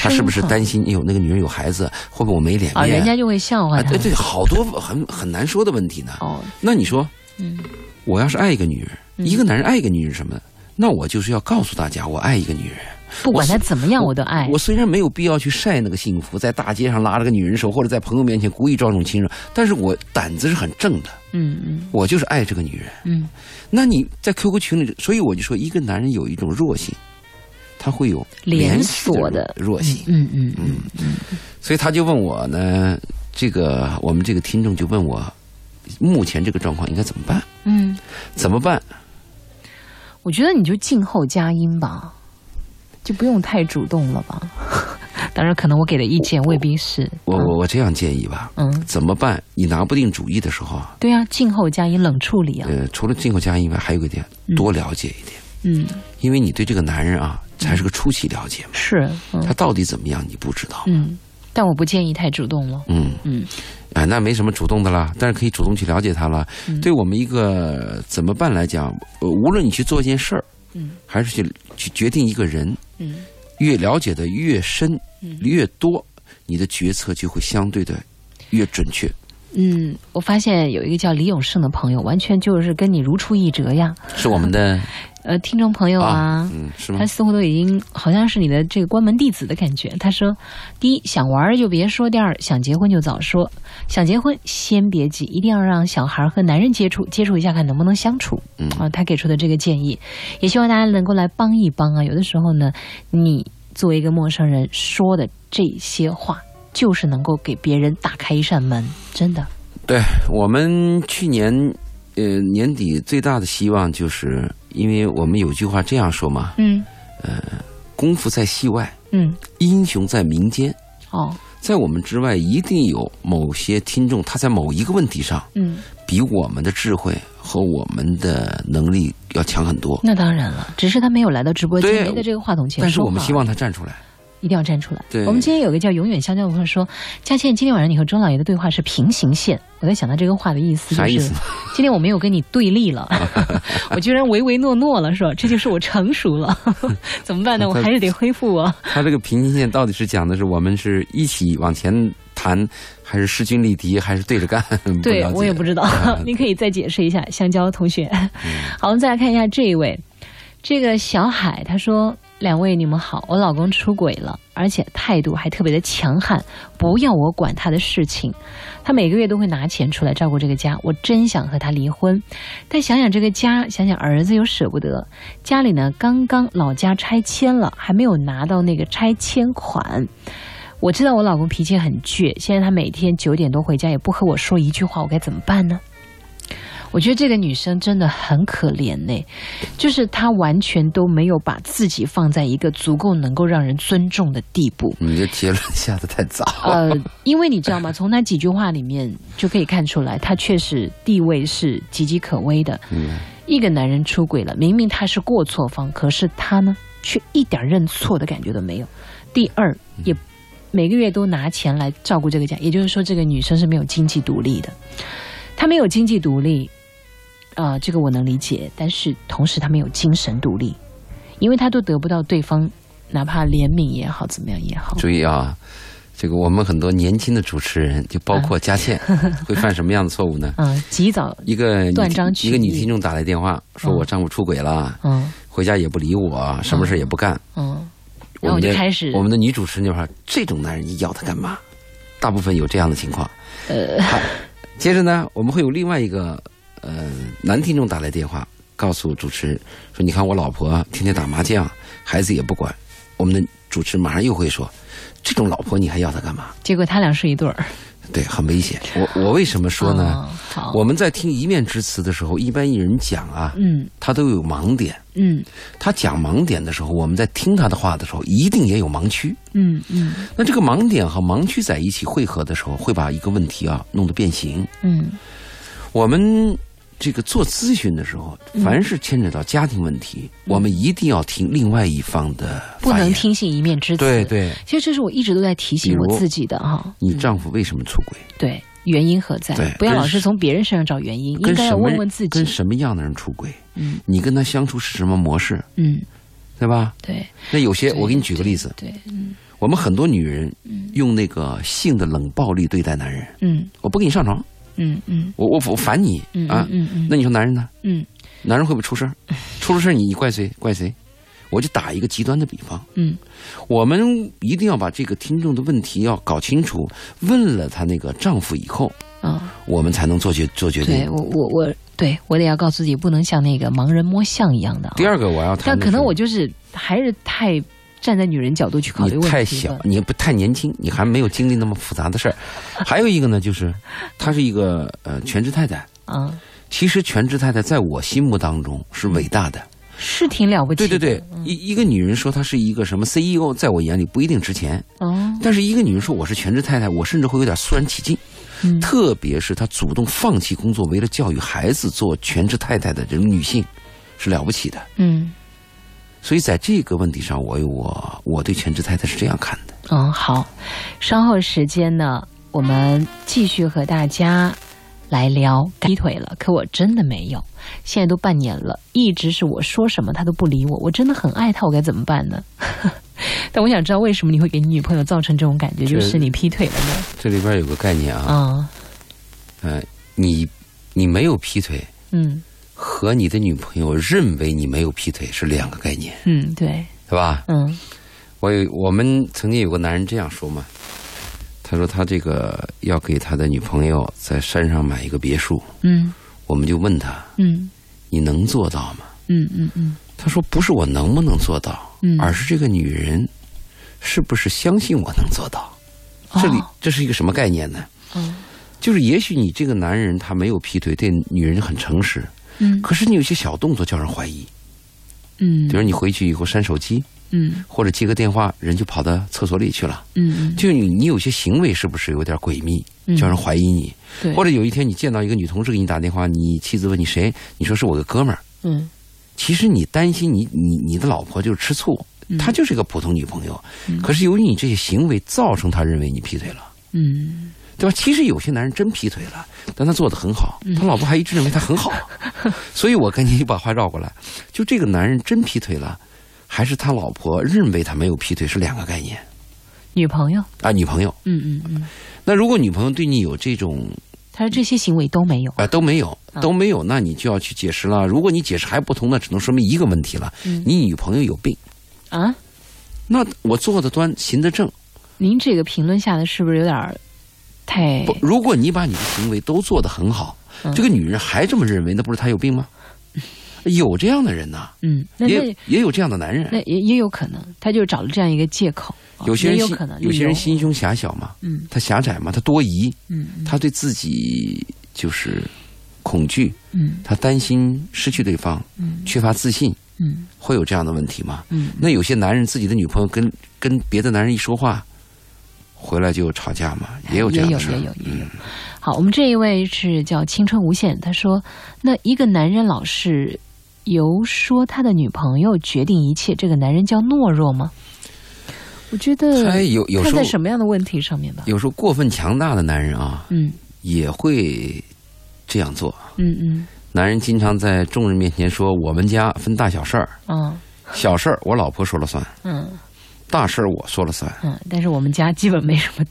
Speaker 2: 他是不是
Speaker 1: 生怕
Speaker 2: 担心，哎呦，那个女人有孩子，会不会我没脸面？
Speaker 1: 啊？人家就会笑话
Speaker 2: 啊，
Speaker 1: 他。
Speaker 2: 对对，好多很很难说的问题呢。
Speaker 1: 哦，
Speaker 2: 那你说，
Speaker 1: 嗯，
Speaker 2: 我要是爱一个女人，一个男人爱一个女人什么呢？那我就是要告诉大家，我爱一个女人。
Speaker 1: 不管他怎么样，我都爱。
Speaker 2: 我虽然没有必要去晒那个幸福，在大街上拉着个女人手，或者在朋友面前故意招这种亲热，但是我胆子是很正的，
Speaker 1: 嗯嗯
Speaker 2: 我就是爱这个女人。
Speaker 1: 嗯，
Speaker 2: 那你在 QQ 群里，所以我就说，一个男人有一种弱性，他会有
Speaker 1: 连
Speaker 2: 续
Speaker 1: 锁
Speaker 2: 的
Speaker 1: 的
Speaker 2: 弱性。
Speaker 1: 嗯嗯嗯，
Speaker 2: 所以他就问我呢，这个我们这个听众就问我，目前这个状况应该怎么办？
Speaker 1: 嗯，
Speaker 2: 怎么办？
Speaker 1: 我觉得你就静候佳音吧，就不用太主动了吧。 [laughs] 当然，可能我给的意见未必是。
Speaker 2: 我我我这样建议吧，
Speaker 1: 嗯，
Speaker 2: 怎么办？你拿不定主意的时候啊，
Speaker 1: 对啊，静候佳音，冷处理啊。
Speaker 2: 呃，除了进口佳音以外，还有一个点，多了解一点，
Speaker 1: 嗯，
Speaker 2: 因为你对这个男人啊，才是个初期了解嘛，
Speaker 1: 是，
Speaker 2: 他
Speaker 1: 嗯
Speaker 2: 到底怎么样你不知道，
Speaker 1: 嗯，但我不建议太主动了。
Speaker 2: 嗯
Speaker 1: 嗯，
Speaker 2: 哎，那没什么主动的啦，但是可以主动去了解他了。
Speaker 1: 嗯
Speaker 2: 对我们一个呃怎么办来讲，呃无论你去做一件事儿，
Speaker 1: 嗯，
Speaker 2: 还是去去决定一个人，
Speaker 1: 嗯，
Speaker 2: 越了解的越深，越多，你的决策就会相对的越准确。
Speaker 1: 嗯，我发现有一个叫李永胜的朋友，完全就是跟你如出一辙呀。
Speaker 2: 是我们的
Speaker 1: 呃，听众朋友啊，
Speaker 2: 嗯，是吗
Speaker 1: 他？似乎都已经好像是你的这个关门弟子的感觉。他说：第一，想玩儿就别说；第二，想结婚就早说。想结婚先别急，一定要让小孩儿和男人接触，接触一下看能不能相处。
Speaker 2: 嗯
Speaker 1: 啊，他给出的这个建议，也希望大家能够来帮一帮啊。有的时候呢，你作为一个陌生人说的这些话，就是能够给别人打开一扇门，真的。
Speaker 2: 对我们去年，呃，年底最大的希望就是，因为我们有句话这样说嘛：
Speaker 1: 嗯
Speaker 2: 功夫在戏外，
Speaker 1: 嗯，
Speaker 2: 英雄在民间。
Speaker 1: 哦，
Speaker 2: 在我们之外，一定有某些听众，他在某一个问题上，
Speaker 1: 嗯，
Speaker 2: 比我们的智慧和我们的能力要强很多。
Speaker 1: 那当然了，只是他没有来到直播间，
Speaker 2: 对
Speaker 1: 没在这个话筒前
Speaker 2: 但是
Speaker 1: 说
Speaker 2: 我们
Speaker 1: 话
Speaker 2: 希望他站出来。
Speaker 1: 一定要站出来。
Speaker 2: 对
Speaker 1: 我们今天有个叫“永远相交”的朋友说：“佳倩，今天晚上你和周老爷的对话是平行线。”我在想他这个话的意思、就
Speaker 2: 啥
Speaker 1: 是，
Speaker 2: 意思
Speaker 1: 今天我没有跟你对立了，我居然唯唯诺诺了，是吧？这就是我成熟了， [laughs] 怎么办呢？我还是得恢复我。
Speaker 2: [laughs] 他这个平行线到底是讲的是我们是一起往前谈，还是势均力敌，还是对
Speaker 1: [laughs]
Speaker 2: 着干？不
Speaker 1: 对
Speaker 2: 了解啊
Speaker 1: 我也不知道， [laughs] 你可以再解释一下，香蕉同学。
Speaker 2: 嗯
Speaker 1: [laughs] 好，我们再来看一下这一位，这个小海他说：“两位你们好，我老公出轨了，而且态度还特别的强悍，不要我管他的事情。他每个月都会拿钱出来照顾这个家，我真想和他离婚，但想想这个家，想想儿子又舍不得。家里呢，刚刚老家拆迁了，还没有拿到那个拆迁款。”我知道我老公脾气很倔，现在他每天九点多回家也不和我说一句话，我该怎么办呢？我觉得这个女生真的很可怜呢、就是她完全都没有把自己放在一个足够能够让人尊重的地步。
Speaker 2: 你这结论下的太早。
Speaker 1: 呃，因为你知道吗？从那几句话里面就可以看出来，她确实地位是岌岌可危的。
Speaker 2: 嗯，
Speaker 1: 一个男人出轨了，明明他是过错方，可是他呢却一点认错的感觉都没有。第二，
Speaker 2: 嗯
Speaker 1: 也每个月都拿钱来照顾这个家，也就是说，这个女生是没有经济独立的。她没有经济独立，啊、这个我能理解，但是同时她没有精神独立，因为她都得不到对方哪怕怜悯也好，怎么样也好。
Speaker 2: 注意啊，这个我们很多年轻的主持人，就包括
Speaker 1: [laughs]
Speaker 2: 佳倩，会犯什么样的错误呢？
Speaker 1: 嗯、及早，
Speaker 2: 一个女
Speaker 1: 断章取
Speaker 2: 一个女
Speaker 1: 义
Speaker 2: 听众打来电话，说我丈夫出轨了，
Speaker 1: 嗯
Speaker 2: 回家也不理我，什么事也不干。
Speaker 1: 嗯，然
Speaker 2: 我
Speaker 1: 后我
Speaker 2: 们
Speaker 1: 就
Speaker 2: 的
Speaker 1: 开始
Speaker 2: 我们的女主持人就说：“这种男人你要他干嘛？”大部分有这样的情况。
Speaker 1: 呃，
Speaker 2: 好，接着呢，我们会有另外一个呃男听众打来电话，告诉主持人说：“你看我老婆天天打麻将，孩子也不管。”我们的主持马上又会说，这种老婆你还要她干嘛？
Speaker 1: 结果他俩是一对儿。
Speaker 2: 对，很危险。我我为什么说呢？
Speaker 1: 哦好，
Speaker 2: 我们在听一面之词的时候，一般艺人讲啊，
Speaker 1: 嗯
Speaker 2: 他都有盲点。
Speaker 1: 嗯
Speaker 2: 他讲盲点的时候，我们在听他的话的时候，一定也有盲区。
Speaker 1: 嗯嗯
Speaker 2: 那这个盲点和盲区在一起汇合的时候，会把一个问题啊弄得变形。
Speaker 1: 嗯
Speaker 2: 我们这个做咨询的时候，凡是牵扯到家庭问题，我们一定要听另外一方的
Speaker 1: 嗯不
Speaker 2: 发
Speaker 1: 能
Speaker 2: 言。
Speaker 1: 听信一面之词。嗯
Speaker 2: 对，对，
Speaker 1: 其实这是我一直都在提醒
Speaker 2: 比
Speaker 1: 我
Speaker 2: 如
Speaker 1: 自己的哈、
Speaker 2: 你丈夫为什么出轨？
Speaker 1: 对，原因何在
Speaker 2: 对？
Speaker 1: 不要
Speaker 2: 跟
Speaker 1: 老是
Speaker 2: 是
Speaker 1: 从别人身上找原因，应
Speaker 2: 跟
Speaker 1: 该
Speaker 2: 什
Speaker 1: 要
Speaker 2: 么
Speaker 1: 问
Speaker 2: 人
Speaker 1: 问自
Speaker 2: 跟
Speaker 1: 己。
Speaker 2: 什么样的人出轨？
Speaker 1: 嗯
Speaker 2: 你跟他相处是什么模式？
Speaker 1: 嗯，
Speaker 2: 对吧？
Speaker 1: 对
Speaker 2: 那有些，
Speaker 1: 对嗯
Speaker 2: 我给你举个例子，
Speaker 1: 对，
Speaker 2: 我们很多女人用那个性的冷暴力对待男人，
Speaker 1: 嗯
Speaker 2: 我不跟你上床，
Speaker 1: 嗯嗯
Speaker 2: 我我我烦你
Speaker 1: 嗯
Speaker 2: 啊
Speaker 1: 嗯。嗯
Speaker 2: 那你说男人呢？
Speaker 1: 嗯
Speaker 2: 男人会不会出事儿？出了事儿你你怪谁？怪谁？我就打一个极端的比方，
Speaker 1: 嗯
Speaker 2: 我们一定要把这个听众的问题要搞清楚，问了她那个丈夫以后，
Speaker 1: 嗯啊，
Speaker 2: 我们才能做决做决
Speaker 1: 对
Speaker 2: 定。
Speaker 1: 我我我，对我得要告诉自己，不能像那个盲人摸象一样的啊。
Speaker 2: 第二个我要谈
Speaker 1: 但
Speaker 2: 的是，
Speaker 1: 可能我就是还是太站在女人角度去考虑
Speaker 2: 你
Speaker 1: 问题
Speaker 2: 太小
Speaker 1: 了，
Speaker 2: 你不太年轻，你还没有经历那么复杂的事儿。还有一个呢，就是她是一个呃全职太太。
Speaker 1: 啊，
Speaker 2: 其实全职太太在我心目当中是伟大的。
Speaker 1: 是挺了不起
Speaker 2: 对
Speaker 1: 的。
Speaker 2: 对对，一一个女人说她是一个什么 CEO，在我眼里不一定值钱，
Speaker 1: 哦，
Speaker 2: 但是一个女人说我是全职太太，我甚至会有点肃然起敬。
Speaker 1: 嗯
Speaker 2: 特别是她主动放弃工作，为了教育孩子做全职太太的这种女性，是了不起的。
Speaker 1: 嗯
Speaker 2: 所以在这个问题上，我有我我对全职太太是这样看的。
Speaker 1: 嗯，好，稍后时间呢，我们继续和大家来聊劈腿了。可我真的没有，现在都半年了，一直是我说什么他都不理我，我真的很爱他，我该怎么办呢？ [laughs] 但我想知道为什么你会给你女朋友造成这种感觉，
Speaker 2: 这
Speaker 1: 就是你劈腿了呢？
Speaker 2: 这里边有个概念啊，
Speaker 1: 啊，
Speaker 2: 呃，你你没有劈腿
Speaker 1: 嗯
Speaker 2: 和你的女朋友认为你没有劈腿是两个概念，
Speaker 1: 嗯，对，
Speaker 2: 对吧？
Speaker 1: 嗯
Speaker 2: 我有我们曾经有个男人这样说嘛，他说他这个要给他的女朋友在山上买一个别墅，
Speaker 1: 嗯
Speaker 2: 我们就问他
Speaker 1: 嗯
Speaker 2: 你能做到吗？
Speaker 1: 嗯嗯嗯
Speaker 2: 他说不是我能不能做到，
Speaker 1: 嗯，
Speaker 2: 而是这个女人是不是相信我能做到。这里
Speaker 1: 哦
Speaker 2: 这是一个什么概念呢？
Speaker 1: 嗯
Speaker 2: 就是也许你这个男人他没有劈腿，对女人很诚实，
Speaker 1: 嗯
Speaker 2: 可是你有些小动作叫人怀疑，
Speaker 1: 嗯
Speaker 2: 比如你回去以后删手机
Speaker 1: 嗯
Speaker 2: 或者接个电话，人就跑到厕所里去了。
Speaker 1: 嗯
Speaker 2: 就你你有些行为是不是有点诡秘，
Speaker 1: 嗯，
Speaker 2: 叫人怀疑你？
Speaker 1: 对，
Speaker 2: 或者有一天你见到一个女同事给你打电话，你妻子问你谁，你说是我的哥们儿，
Speaker 1: 嗯
Speaker 2: 其实你担心你你你的老婆就是吃醋，
Speaker 1: 嗯
Speaker 2: 她就是一个普通女朋友，
Speaker 1: 嗯
Speaker 2: 可是由于你这些行为，造成她认为你劈腿了。
Speaker 1: 嗯
Speaker 2: 对吧？其实有些男人真劈腿了，但他做的很好，
Speaker 1: 嗯
Speaker 2: 他老婆还一直认为他
Speaker 1: [laughs]
Speaker 2: 很好，所以我赶紧就把话绕过来，就这个男人真劈腿了，还是他老婆认为他没有劈腿是两个概念
Speaker 1: 女朋友，
Speaker 2: 啊。女朋友，
Speaker 1: 嗯嗯嗯。
Speaker 2: 那如果女朋友对你有这种
Speaker 1: 他说这些行为都没有。
Speaker 2: 啊、都没有
Speaker 1: 啊
Speaker 2: 都没有，那你就要去解释了。如果你解释还不通，那只能说明一个问题了，
Speaker 1: 嗯
Speaker 2: 你女朋友有病。
Speaker 1: 啊，
Speaker 2: 那我坐得端，行得正。
Speaker 1: 您这个评论下的是不是有点儿太
Speaker 2: 不，如果你把你的行为都做得很好，
Speaker 1: 嗯
Speaker 2: 这个女人还这么认为，那不是她有病吗？有这样的人呐、
Speaker 1: 嗯？那
Speaker 2: 也
Speaker 1: 那
Speaker 2: 也有这样的男人。
Speaker 1: 那也也有可能，他就找了这样一个借口。啊
Speaker 2: 有些人
Speaker 1: 也有
Speaker 2: 心
Speaker 1: 可能，
Speaker 2: 有
Speaker 1: 理
Speaker 2: 些人
Speaker 1: 由
Speaker 2: 心胸狭小嘛，
Speaker 1: 嗯
Speaker 2: 他狭窄嘛，他多疑，
Speaker 1: 嗯
Speaker 2: 他对自己就是恐惧，
Speaker 1: 嗯
Speaker 2: 他担心失去对方，
Speaker 1: 嗯
Speaker 2: 缺乏自信，
Speaker 1: 嗯
Speaker 2: 会有这样的问题吗？
Speaker 1: 嗯
Speaker 2: 那有些男人自己的女朋友跟跟别的男人一说话，回来就吵架嘛，也有这
Speaker 1: 哎也
Speaker 2: 样
Speaker 1: 有
Speaker 2: 的事儿嗯
Speaker 1: 也有也有。好，我们这一位是叫青春无限，他说：“那一个男人老是由说他的女朋友决定一切，这个男人叫懦弱吗？”我觉
Speaker 2: 他
Speaker 1: 得
Speaker 2: 有有
Speaker 1: 看
Speaker 2: 时
Speaker 1: 嗯在
Speaker 2: 候
Speaker 1: 什么样的问题上面吧。
Speaker 2: 有时候过分强大的男人啊，
Speaker 1: 嗯
Speaker 2: 也会这样做。
Speaker 1: 嗯嗯
Speaker 2: 男人经常在众人面前说：“我们家分大小事儿，
Speaker 1: 啊
Speaker 2: 小事儿我老婆说了算，
Speaker 1: 嗯。
Speaker 2: 大事儿我说了算。”
Speaker 1: 嗯，但是我们家基本没
Speaker 2: [laughs]
Speaker 1: 什么，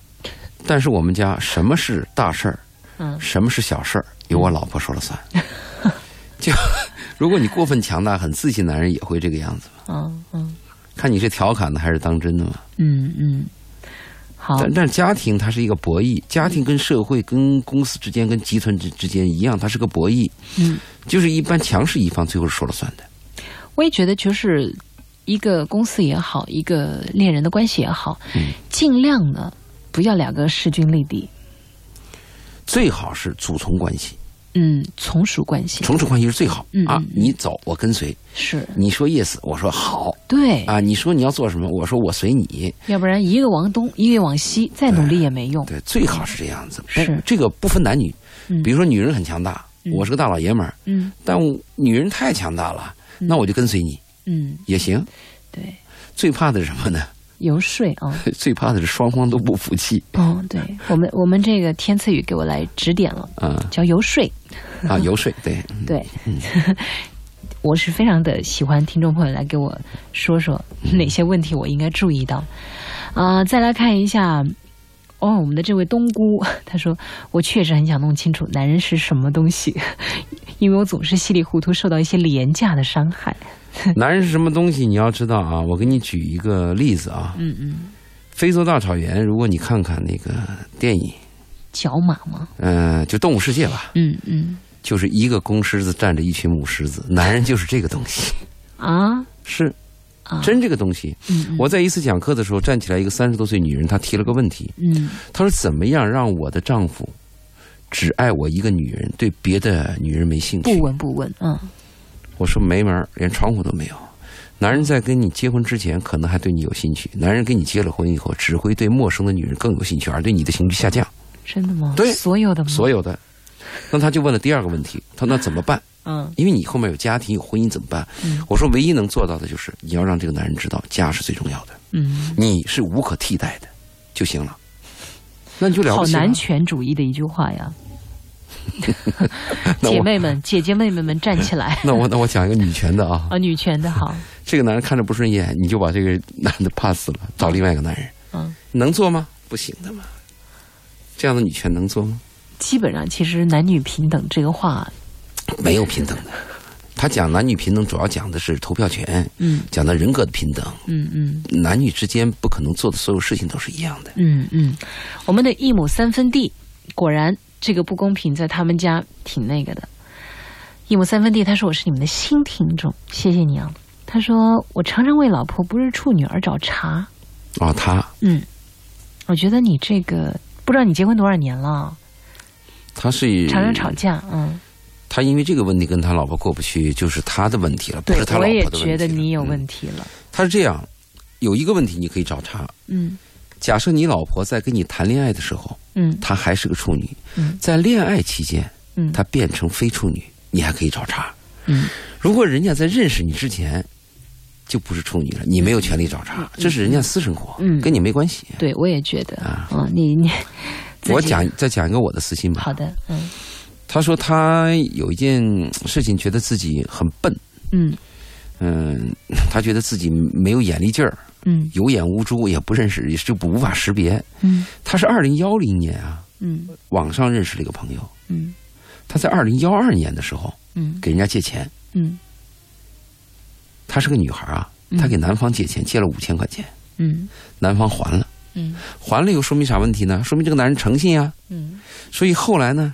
Speaker 2: 但是我们家什么是大事儿，
Speaker 1: 嗯
Speaker 2: 什么是小事儿，由我老婆说了算。 [laughs] 就如果你过分强大、很自信，男人也会这个样子嘛。
Speaker 1: 嗯嗯
Speaker 2: 看你是调侃的还是当真的嘛？
Speaker 1: 嗯嗯，好，
Speaker 2: 但但是家庭它是一个博弈，家庭跟社会、跟公司之间、跟集团之之间一样，它是个博弈。
Speaker 1: 嗯，
Speaker 2: 就是一般强势一方最后是说了算的。
Speaker 1: 我也觉得就是一个公司也好，一个恋人的关系也好，
Speaker 2: 嗯
Speaker 1: 尽量呢不要两个势均力敌。
Speaker 2: 最好是主从关系，
Speaker 1: 嗯，从属关系
Speaker 2: 从属关系是最好
Speaker 1: 嗯
Speaker 2: 啊
Speaker 1: 嗯。
Speaker 2: 你走，我跟随；
Speaker 1: 是
Speaker 2: 你说 yes，我说好
Speaker 1: 对，
Speaker 2: 啊。你说你要做什么，我说我随你。
Speaker 1: 要不然一个往东，一个往西，再努力也没用。
Speaker 2: 哎对，最好是这样子。不
Speaker 1: 是
Speaker 2: 这个不分男女
Speaker 1: 嗯，
Speaker 2: 比如说女人很强大，
Speaker 1: 嗯
Speaker 2: 我是个大老爷们儿，
Speaker 1: 嗯
Speaker 2: 但我女人太强大了，
Speaker 1: 嗯
Speaker 2: 那我就跟随你
Speaker 1: 嗯，
Speaker 2: 也行。
Speaker 1: 对，
Speaker 2: 最怕的是什么呢？ [laughs]
Speaker 1: 游说啊，
Speaker 2: 最怕的是双方都不服气
Speaker 1: 哦，对我们我们这个天赐予给我来指点了，
Speaker 2: 啊
Speaker 1: 叫游说。
Speaker 2: 啊，游说对，
Speaker 1: 对， [laughs] 我是非常的喜欢听众朋友来给我说说哪些问题我应该注意到。啊、再来看一下，哦，我们的这位冬菇，他说我确实很想弄清楚男人是什么东西， [laughs] 因为我总是稀里糊涂受到一些廉价的伤害。
Speaker 2: 男人是什么东西？你要知道啊，我给你举一个例子啊，
Speaker 1: 嗯嗯，
Speaker 2: 非洲大草原，如果你看看那个电影，
Speaker 1: 角马吗？
Speaker 2: 嗯、就《动物世界》吧，
Speaker 1: 嗯嗯
Speaker 2: 就是一个公狮子站着一群母狮子，男人就是这个东西， [laughs]
Speaker 1: 啊
Speaker 2: 是
Speaker 1: 啊，
Speaker 2: 真这个东西。
Speaker 1: 嗯嗯
Speaker 2: 我在一次讲课的时候，站起来一个三十多岁女人，她提了个问题，
Speaker 1: 嗯
Speaker 2: 她说怎么样让我的丈夫只爱我一个女人，对别的女人没兴趣？
Speaker 1: 不闻不问，嗯
Speaker 2: 我说没门儿，连窗户都没有。男人在跟你结婚之前，可能还对你有兴趣；男人跟你结了婚以后，只会对陌生的女人更有兴趣，而对你的兴趣下降。
Speaker 1: 真的吗？
Speaker 2: 对
Speaker 1: 所有的吗？
Speaker 2: 所有的，那他就问了第二个问题，他说那怎么办？
Speaker 1: 嗯
Speaker 2: 因为你后面有家庭有婚姻怎么办？
Speaker 1: 嗯
Speaker 2: 我说唯一能做到的就是你要让这个男人知道家是最重要的，
Speaker 1: 嗯，
Speaker 2: 你是无可替代的就行了。那你就了
Speaker 1: 好
Speaker 2: 不起啊了
Speaker 1: 男权主义的一句话呀。
Speaker 2: [laughs] 那
Speaker 1: 姐
Speaker 2: 我
Speaker 1: 妹
Speaker 2: [laughs]
Speaker 1: 们，姐姐妹妹们站起来
Speaker 2: 那我那我讲一个女权的啊，
Speaker 1: 啊！女权的好，
Speaker 2: 这个男人看着不顺眼，你就把这个男的 pass 了，找另外一个男人。
Speaker 1: 嗯，
Speaker 2: 能做吗？不行的嘛。这样的女权能做吗？
Speaker 1: 基本上其实男女平等这个话，
Speaker 2: 没有平等的。他讲男女平等，主要讲的是投票权，
Speaker 1: 嗯
Speaker 2: 讲的人格的平等。
Speaker 1: 嗯嗯
Speaker 2: 男女之间不可能做的所有事情都是一样的。
Speaker 1: 嗯嗯，我们的一亩三分地，果然这个不公平在他们家挺那个的。一亩三分地，他说我是你们的新听众，谢谢你啊。他说我常常为老婆不是处女而找茬，
Speaker 2: 哦，他
Speaker 1: 嗯，我觉得你这个不知道你结婚多少年了，
Speaker 2: 他是
Speaker 1: 常常吵架，嗯，
Speaker 2: 他因为这个问题跟他老婆过不去，就是他的问题了，不
Speaker 1: 对
Speaker 2: 是他，
Speaker 1: 我
Speaker 2: 老婆的
Speaker 1: 也
Speaker 2: 问题了。
Speaker 1: 觉得你有
Speaker 2: 嗯
Speaker 1: 问题了，
Speaker 2: 他是这样，有一个问题你可以找茬。
Speaker 1: 嗯
Speaker 2: 假设你老婆在跟你谈恋爱的时候，
Speaker 1: 嗯
Speaker 2: 她还是个处女，
Speaker 1: 嗯
Speaker 2: 在恋爱期间
Speaker 1: 嗯，
Speaker 2: 她变成非处女，你还可以找茬。
Speaker 1: 嗯
Speaker 2: 如果人家在认识你之前就不是处女了，你没有权利找茬，这是人家私生活，
Speaker 1: 嗯
Speaker 2: 跟你没关系。
Speaker 1: 对我也觉得
Speaker 2: 啊
Speaker 1: 嗯，你你自己
Speaker 2: [laughs] 我讲再讲一个我的私心吧。
Speaker 1: 好的，嗯
Speaker 2: 他说他有一件事情觉得自己很笨，
Speaker 1: 嗯
Speaker 2: 嗯，他觉得自己没有眼力劲儿，
Speaker 1: 嗯
Speaker 2: 有眼无珠，也不认识，也就不无法识别。
Speaker 1: 嗯
Speaker 2: 他是二零幺零年啊，
Speaker 1: 嗯
Speaker 2: 网上认识了一个朋友，
Speaker 1: 嗯
Speaker 2: 他在二零幺二年的时候
Speaker 1: 嗯
Speaker 2: 给人家借钱，
Speaker 1: 嗯
Speaker 2: 她是个女孩啊，
Speaker 1: 嗯
Speaker 2: 她给男方借钱，借了五千块钱，
Speaker 1: 嗯
Speaker 2: 男方还了。
Speaker 1: 嗯
Speaker 2: 还了又说明啥问题呢？说明这个男人诚信啊。
Speaker 1: 嗯
Speaker 2: 所以后来呢，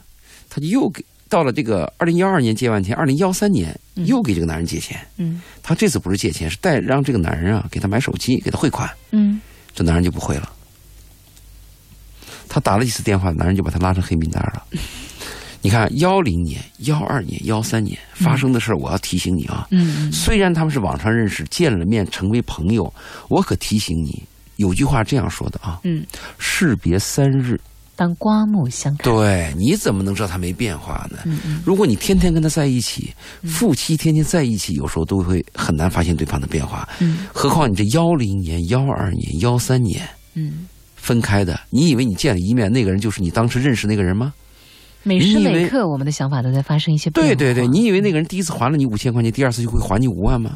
Speaker 2: 他就又给到了这个二零幺二年借完钱，二零幺三年
Speaker 1: 嗯
Speaker 2: 又给这个男人借钱。
Speaker 1: 嗯
Speaker 2: 他这次不是借钱，是带让这个男人啊给他买手机，给他汇款。
Speaker 1: 嗯，
Speaker 2: 这男人就不会了。他打了几次电话，男人就把他拉上黑名单
Speaker 1: [laughs]
Speaker 2: 了。你看，幺零年、幺二年、幺三年发生的事儿，我要提醒你啊。
Speaker 1: 嗯
Speaker 2: 虽然他们是网上认识，见了面成为朋友，我可提醒你，有句话这样说的啊：
Speaker 1: 嗯，
Speaker 2: 士别三日，
Speaker 1: 当刮目相看，
Speaker 2: 对，你怎么能知道他没变化呢？
Speaker 1: 嗯嗯
Speaker 2: 如果你天天跟他在一起，夫妻天天在一起，有时候都会很难发现对方的变化。
Speaker 1: 嗯
Speaker 2: 何况你这幺零年、幺二年、幺三年
Speaker 1: 嗯，
Speaker 2: 分开的，你以为你见了一面，那个人就是你当时认识那个人吗？
Speaker 1: 每时
Speaker 2: 你以
Speaker 1: 每
Speaker 2: 为
Speaker 1: 刻我们的想法都在发生一些变化。
Speaker 2: 对对对，你以为那个人第一次还了你五千块钱，第二次就会还你五
Speaker 1: [laughs]
Speaker 2: 万吗？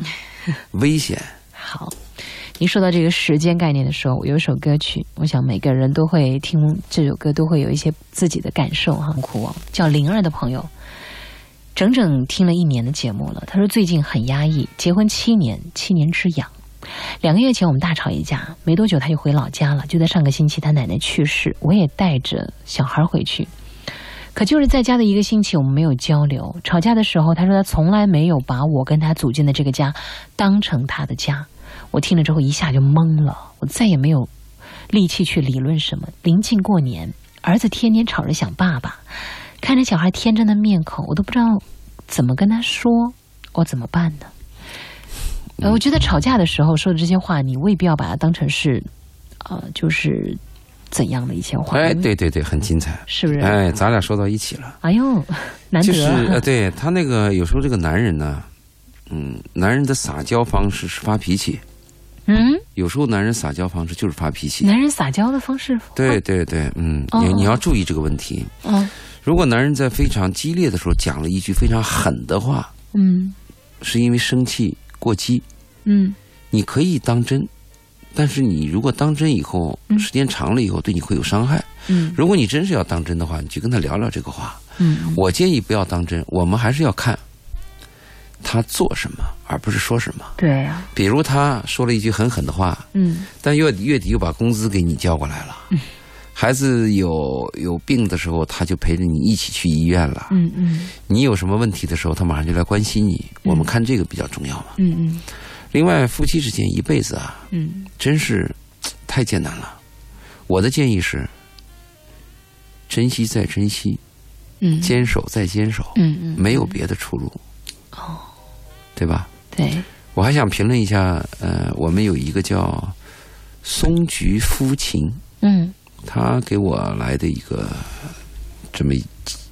Speaker 2: 危险！
Speaker 1: 好。您说到这个时间概念的时候，有一首歌曲，我想每个人都会听这首歌，都会有一些自己的感受哈。苦王叫灵儿的朋友，整整听了一年的节目了。他说最近很压抑，结婚七年，七年之痒。两个月前我们大吵一架，没多久他就回老家了。就在上个星期，他奶奶去世，我也带着小孩回去。可就是在家的一个星期，我们没有交流。吵架的时候，他说他从来没有把我跟他组建的这个家当成他的家。我听了之后一下就懵了，我再也没有力气去理论什么。临近过年，儿子天天吵着想爸爸，看着小孩天真的面孔，我都不知道怎么跟他说，我怎么办呢？呃，我觉得吵架的时候说的这些话，你未必要把它当成是，呃，就是怎样的一些话，
Speaker 2: 哎，对对对，很精彩。
Speaker 1: 是不是？
Speaker 2: 哎，咱俩说到一起了，
Speaker 1: 哎
Speaker 2: [laughs]
Speaker 1: 呦，难
Speaker 2: 就是
Speaker 1: 得啊、
Speaker 2: 呃，对他那个有时候这个男人呢，嗯，男人的撒娇方式是发脾气，
Speaker 1: 嗯，
Speaker 2: 有时候男人撒娇方式就是发脾气。
Speaker 1: 男人撒娇的方式，
Speaker 2: 对对对，嗯，你
Speaker 1: 哦
Speaker 2: 你要注意这个问题。
Speaker 1: 哦，
Speaker 2: 如果男人在非常激烈的时候讲了一句非常狠的话，
Speaker 1: 嗯
Speaker 2: 是因为生气过激，
Speaker 1: 嗯
Speaker 2: 你可以当真，但是你如果当真以后，
Speaker 1: 嗯
Speaker 2: 时间长了以后对你会有伤害。
Speaker 1: 嗯
Speaker 2: 如果你真是要当真的话，你去跟他聊聊这个话。
Speaker 1: 嗯，
Speaker 2: 我建议不要当真，我们还是要看他做什么，而不是说什么。
Speaker 1: 对呀，
Speaker 2: 比如他说了一句很狠的话，
Speaker 1: 嗯
Speaker 2: 但月底月底又把工资给你交过来了。孩子有有病的时候，他就陪着你一起去医院了。
Speaker 1: 嗯嗯
Speaker 2: 你有什么问题的时候，他马上就来关心你。
Speaker 1: 嗯
Speaker 2: 我们看这个比较重要嘛。
Speaker 1: 嗯
Speaker 2: 另外，夫妻之间一辈子啊，
Speaker 1: 嗯嗯
Speaker 2: 真是太艰难了。我的建议是，珍惜再珍惜，
Speaker 1: 嗯，
Speaker 2: 坚守再坚守，
Speaker 1: 嗯嗯
Speaker 2: 没有别的出路。
Speaker 1: 哦，
Speaker 2: 对吧？
Speaker 1: 对，
Speaker 2: 我还想评论一下，呃，我们有一个叫松菊夫琴，
Speaker 1: 嗯
Speaker 2: 他给我来的一个这么一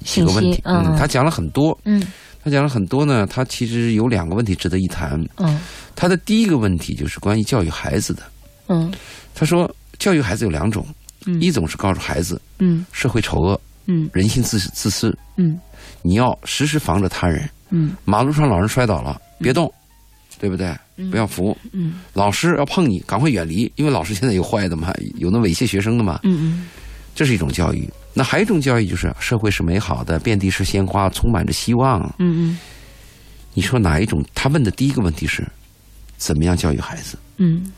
Speaker 2: 几个问
Speaker 1: 信
Speaker 2: 题
Speaker 1: 息，嗯嗯
Speaker 2: 他讲了很多，
Speaker 1: 嗯
Speaker 2: 他讲了很多呢。他其实有两个问题值得一谈。
Speaker 1: 嗯
Speaker 2: 他的第一个问题就是关于教育孩子的。
Speaker 1: 嗯
Speaker 2: 他说，教育孩子有两种，
Speaker 1: 嗯
Speaker 2: 一种是告诉孩子
Speaker 1: 嗯
Speaker 2: 社会丑恶、
Speaker 1: 嗯
Speaker 2: 人性自自私，
Speaker 1: 嗯
Speaker 2: 你要时时防着他人。
Speaker 1: 嗯
Speaker 2: 马路上老人摔倒了，别动，对不对？
Speaker 1: 嗯
Speaker 2: 不要扶。
Speaker 1: 嗯
Speaker 2: 老师要碰你，赶快远离，因为老师现在有坏的嘛，有那猥亵学生的嘛。
Speaker 1: 嗯
Speaker 2: 这是一种教育。那还有一种教育就是社会是美好的，遍地是鲜花，充满着希望。
Speaker 1: 嗯嗯
Speaker 2: 你说哪一种？他问的第一个问题是，怎么样教育孩子？
Speaker 1: 嗯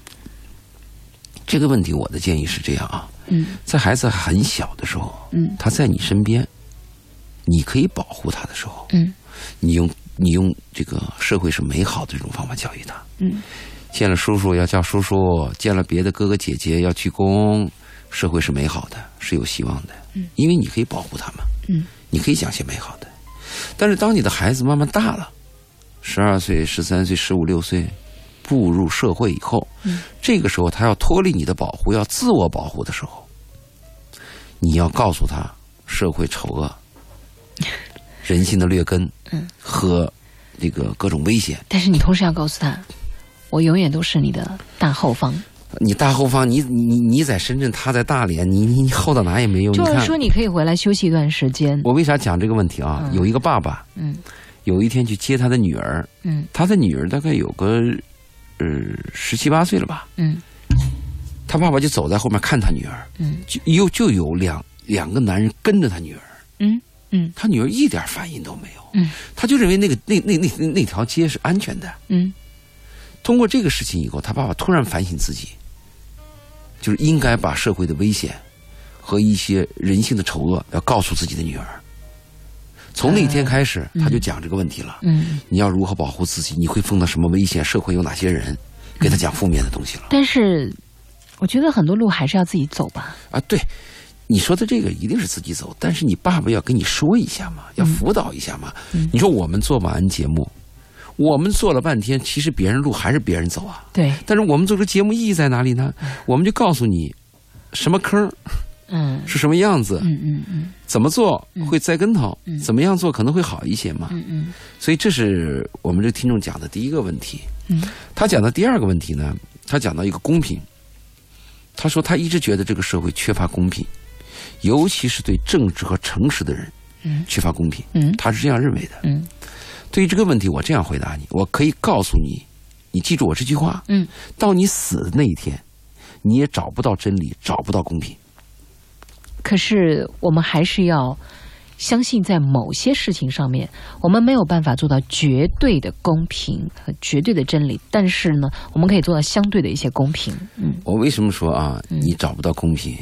Speaker 2: 这个问题我的建议是这样啊，
Speaker 1: 嗯
Speaker 2: 在孩子很小的时候，
Speaker 1: 嗯
Speaker 2: 他在你身边，你可以保护他的时候，
Speaker 1: 嗯
Speaker 2: 你用你用这个社会是美好的这种方法教育他。
Speaker 1: 嗯
Speaker 2: 见了叔叔要叫叔叔，见了别的哥哥姐姐要鞠躬。社会是美好的，是有希望的，因为你可以保护他们。
Speaker 1: 嗯
Speaker 2: 你可以讲些美好的。但是当你的孩子慢慢大了，十二岁、十三岁、十五六岁，步入社会以后，
Speaker 1: 嗯
Speaker 2: 这个时候他要脱离你的保护，要自我保护的时候，你要告诉他社会丑
Speaker 1: [laughs]
Speaker 2: 恶、人性的劣根
Speaker 1: 嗯
Speaker 2: 和这个各种危险。
Speaker 1: 但是你同时要告诉他，我永远都是你的大后方。
Speaker 2: 你大后方，你你你在深圳，他在大连，你你你后到哪也没用。你
Speaker 1: 就是
Speaker 2: 看
Speaker 1: 说，，你可以回来休息一段时间。
Speaker 2: 我为啥讲这个问题啊？
Speaker 1: 嗯
Speaker 2: 有一个爸爸
Speaker 1: 嗯
Speaker 2: 有一天去接他的女儿，
Speaker 1: 嗯
Speaker 2: 他的女儿大概有个呃十七八岁了吧，
Speaker 1: 嗯
Speaker 2: 他爸爸就走在后面看他女儿，
Speaker 1: 嗯
Speaker 2: 就又就有两两个男人跟着他女儿，
Speaker 1: 嗯嗯
Speaker 2: 他女儿一点反应都没有，
Speaker 1: 嗯
Speaker 2: 他就认为那个那那那那那条街是安全的。
Speaker 1: 嗯
Speaker 2: 通过这个事情以后，他爸爸突然反省自己，就是应该把社会的危险和一些人性的丑恶要告诉自己的女儿。从那天开始，他就讲这个问题了。
Speaker 1: 嗯。
Speaker 2: 你要如何保护自己？你会碰到什么危险？社会有哪些人？给他讲负面的东西了
Speaker 1: 但是，我觉得很多路还是要自己走吧。
Speaker 2: 啊？对，你说的这个一定是自己走，但是你爸爸要跟你说一下嘛，
Speaker 1: 嗯
Speaker 2: 要辅导一下嘛。你说我们做晚安节目，我们做了半天，其实别人路还是别人走啊。
Speaker 1: 对，
Speaker 2: 但是我们做这节目意义在哪里呢？我们就告诉你，什么坑儿
Speaker 1: 嗯
Speaker 2: 是什么样子，
Speaker 1: 嗯嗯嗯
Speaker 2: 怎么做会栽跟头，怎么样做可能会好一些嘛。
Speaker 1: 嗯嗯
Speaker 2: 所以这是我们这个听众讲的第一个问题。
Speaker 1: 嗯，
Speaker 2: 他讲的第二个问题呢，他讲到一个公平。他说他一直觉得这个社会缺乏公平，尤其是对正直和诚实的人
Speaker 1: 嗯
Speaker 2: 缺乏公平，
Speaker 1: 嗯
Speaker 2: 他是这样认为的。
Speaker 1: 嗯
Speaker 2: 对于这个问题，我这样回答你：我可以告诉你，你记住我这句话，
Speaker 1: 嗯，
Speaker 2: 到你死的那一天，你也找不到真理，找不到公平。
Speaker 1: 可是我们还是要相信，在某些事情上面，我们没有办法做到绝对的公平和绝对的真理，但是呢，我们可以做到相对的一些公平。嗯
Speaker 2: 我为什么说啊，你找不到公平？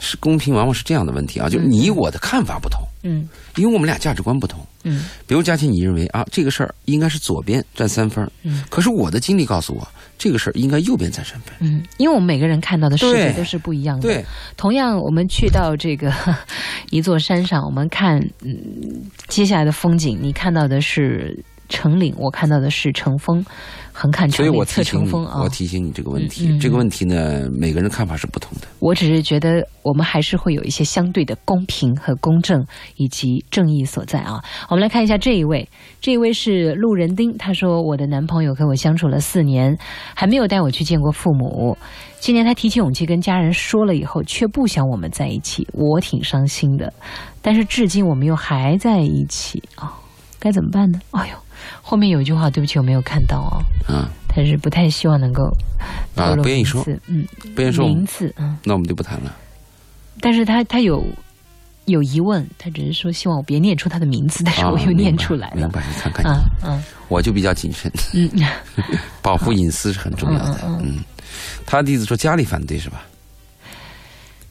Speaker 2: 是公平往往是这样的问题啊，就你我的看法不同，
Speaker 1: 嗯
Speaker 2: 因为我们俩价值观不同。
Speaker 1: 嗯
Speaker 2: 比如佳琪，你认为啊，这个事儿应该是左边占三分，
Speaker 1: 嗯
Speaker 2: 可是我的经历告诉我，这个事儿应该右边占三分。
Speaker 1: 嗯，因为我们每个人看到的世界
Speaker 2: 对
Speaker 1: 都是不一样的。
Speaker 2: 对，
Speaker 1: 同样，我们去到这个 [laughs] 一座山上，我们看嗯接下来的风景，你看到的是成岭，我看到的是成峰，横看
Speaker 2: 所
Speaker 1: 成
Speaker 2: 以
Speaker 1: 岭
Speaker 2: 我
Speaker 1: 侧
Speaker 2: 提醒
Speaker 1: 成
Speaker 2: 你，
Speaker 1: 峰啊。
Speaker 2: 我提醒你这个问题，
Speaker 1: 嗯嗯
Speaker 2: 这个问题呢，每个人看法是不同的。
Speaker 1: 我只是觉得我们还是会有一些相对的公平和公正以及正义所在啊。我们来看一下这一位，这一位是路人丁，他说我的男朋友和我相处了四年，还没有带我去见过父母。今年他提起勇气跟家人说了以后，却不想我们在一起，我挺伤心的。但是至今我们又还在一起啊、该怎么办呢？哎呦，后面有一句话，对不起，我没有看到哦，
Speaker 2: 啊
Speaker 1: 但是不太希望能够
Speaker 2: 啊
Speaker 1: 透露
Speaker 2: 不愿意
Speaker 1: 名
Speaker 2: 说
Speaker 1: 字，嗯，
Speaker 2: 不然说我
Speaker 1: 名
Speaker 2: 们，
Speaker 1: 字，嗯。
Speaker 2: 那我们就不谈
Speaker 1: [laughs]
Speaker 2: 了。
Speaker 1: 但是他他有有疑问，他只是说希望我别念出他的名字，但是
Speaker 2: 啊
Speaker 1: 我又念出来
Speaker 2: 明
Speaker 1: 了。
Speaker 2: 白？明白你看看你，
Speaker 1: 啊啊
Speaker 2: 我就比较谨慎，
Speaker 1: 嗯
Speaker 2: [laughs] 保护隐私是很重要的。
Speaker 1: 嗯
Speaker 2: 嗯，他的意思说家里反对是吧？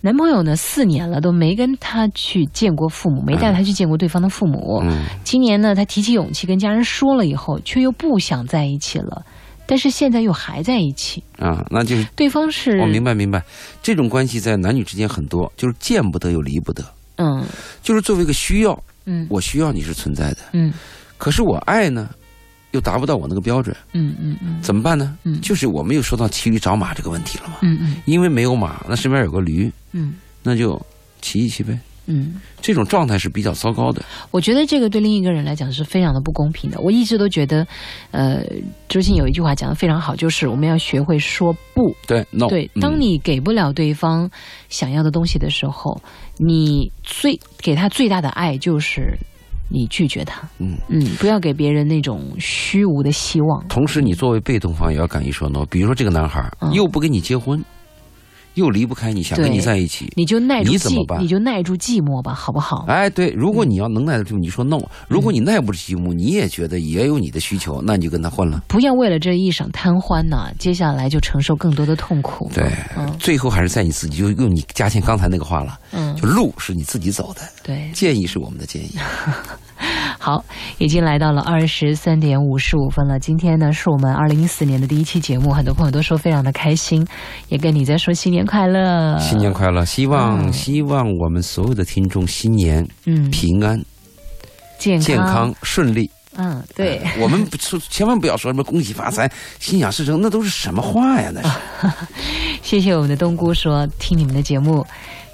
Speaker 1: 男朋友呢，四年了都没跟他去见过父母，没带他去见过对方的父母。
Speaker 2: 嗯，
Speaker 1: 今年呢，他提起勇气跟家人说了以后，却又不想在一起了，但是现在又还在一起。
Speaker 2: 啊，那就是
Speaker 1: 对方是，
Speaker 2: 我哦明白明白，这种关系在男女之间很多，就是见不得又离不得，
Speaker 1: 嗯
Speaker 2: 就是作为一个需要，
Speaker 1: 嗯
Speaker 2: 我需要你是存在的，
Speaker 1: 嗯
Speaker 2: 可是我爱呢，又达不到我那个标准，
Speaker 1: 嗯嗯嗯
Speaker 2: 怎么办呢？
Speaker 1: 嗯
Speaker 2: 就是我们又说到骑驴找马这个问题了嘛，
Speaker 1: 嗯
Speaker 2: 因为没有马，那身边有个驴，
Speaker 1: 嗯
Speaker 2: 那就骑一骑呗。
Speaker 1: 嗯，
Speaker 2: 这种状态是比较糟糕的，
Speaker 1: 我觉得这个对另一个人来讲是非常的不公平的。我一直都觉得，呃，周信有一句话讲的非常好，就是我们要学会说不。
Speaker 2: 对，no，
Speaker 1: 对，
Speaker 2: 嗯
Speaker 1: 当你给不了对方想要的东西的时候，你最给他最大的爱就是你拒绝他。
Speaker 2: 嗯
Speaker 1: 嗯，不要给别人那种虚无的希望。
Speaker 2: 同时，你作为被动方也要敢于说 no。比如说，这个男孩儿
Speaker 1: 嗯
Speaker 2: 又不跟你结婚，又离不开你，想跟
Speaker 1: 对
Speaker 2: 你在一起。
Speaker 1: 你就耐住
Speaker 2: 你怎么
Speaker 1: 寂，
Speaker 2: 办
Speaker 1: 你就耐住寂寞吧，好不好？
Speaker 2: 哎，对，如果你要能耐得住，你说 no；如果你耐不住寂寞，你也觉得也有你的需求，那你就跟他混了。
Speaker 1: 不要为了这一场贪欢呐、接下来就承受更多的痛苦。
Speaker 2: 对，
Speaker 1: 嗯
Speaker 2: 最后还是在你自己，就用你佳倩刚才那个话了，
Speaker 1: 嗯，
Speaker 2: 就路是你自己走的，
Speaker 1: 对。
Speaker 2: 建议是我们的建议。
Speaker 1: 好，已经来到了二十三点五十五分了。今天呢，是我们二零一四年的第一期节目，很多朋友都说非常的开心，也跟你在说新年快乐，
Speaker 2: 新年快乐！希望、
Speaker 1: 嗯
Speaker 2: 希望我们所有的听众新年
Speaker 1: 嗯
Speaker 2: 平安、
Speaker 1: 健康
Speaker 2: 健康、顺利。
Speaker 1: 嗯对。
Speaker 2: 哎我们不说，千万不要说什么恭喜发财、心想事成，那都是什么话呀？那是。
Speaker 1: 啊谢谢我们的冬菇说，听你们的节目。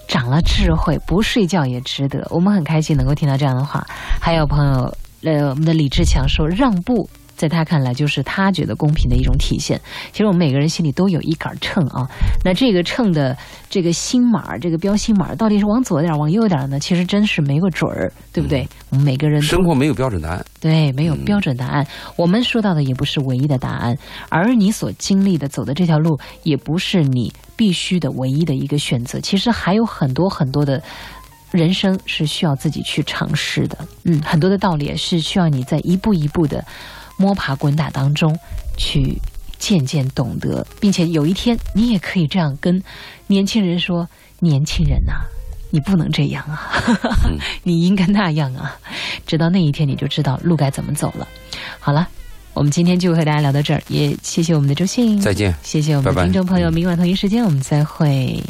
Speaker 1: 长了智慧，不睡觉也值得。我们很开心能够听到这样的话。还有朋友，呃，我们的李志强说，让步在他看来就是他觉得公平的一种体现。其实我们每个人心里都有一杆秤啊。 [laughs] 那这个秤的这个心码儿，这个标心码儿，到底是往左点儿，往右点儿呢？其实真是没个准儿，对不对？我们每个人都
Speaker 2: 生活没有标准答案，
Speaker 1: 对，没有标准答案。我们说到的也不是唯一的答案，而你所经历的、走的这条路，也不是你必须的唯一的一个选择。其实还有很多很多的人生是需要自己去尝试的。嗯，很多的道理也是需要你在一步一步的摸爬滚打当中去渐渐懂得，并且有一天你也可以这样跟年轻人说：“年轻人呐、你不能这样啊，你应该那样啊。” [laughs] 直到那一天，你就知道路该怎么走了。好了，我们今天就和大家聊到这儿，也谢谢我们的周信，
Speaker 2: 再见。
Speaker 1: 谢谢我们
Speaker 2: 拜
Speaker 1: 的
Speaker 2: 拜
Speaker 1: 听众朋友，明晚同一时间我们再会。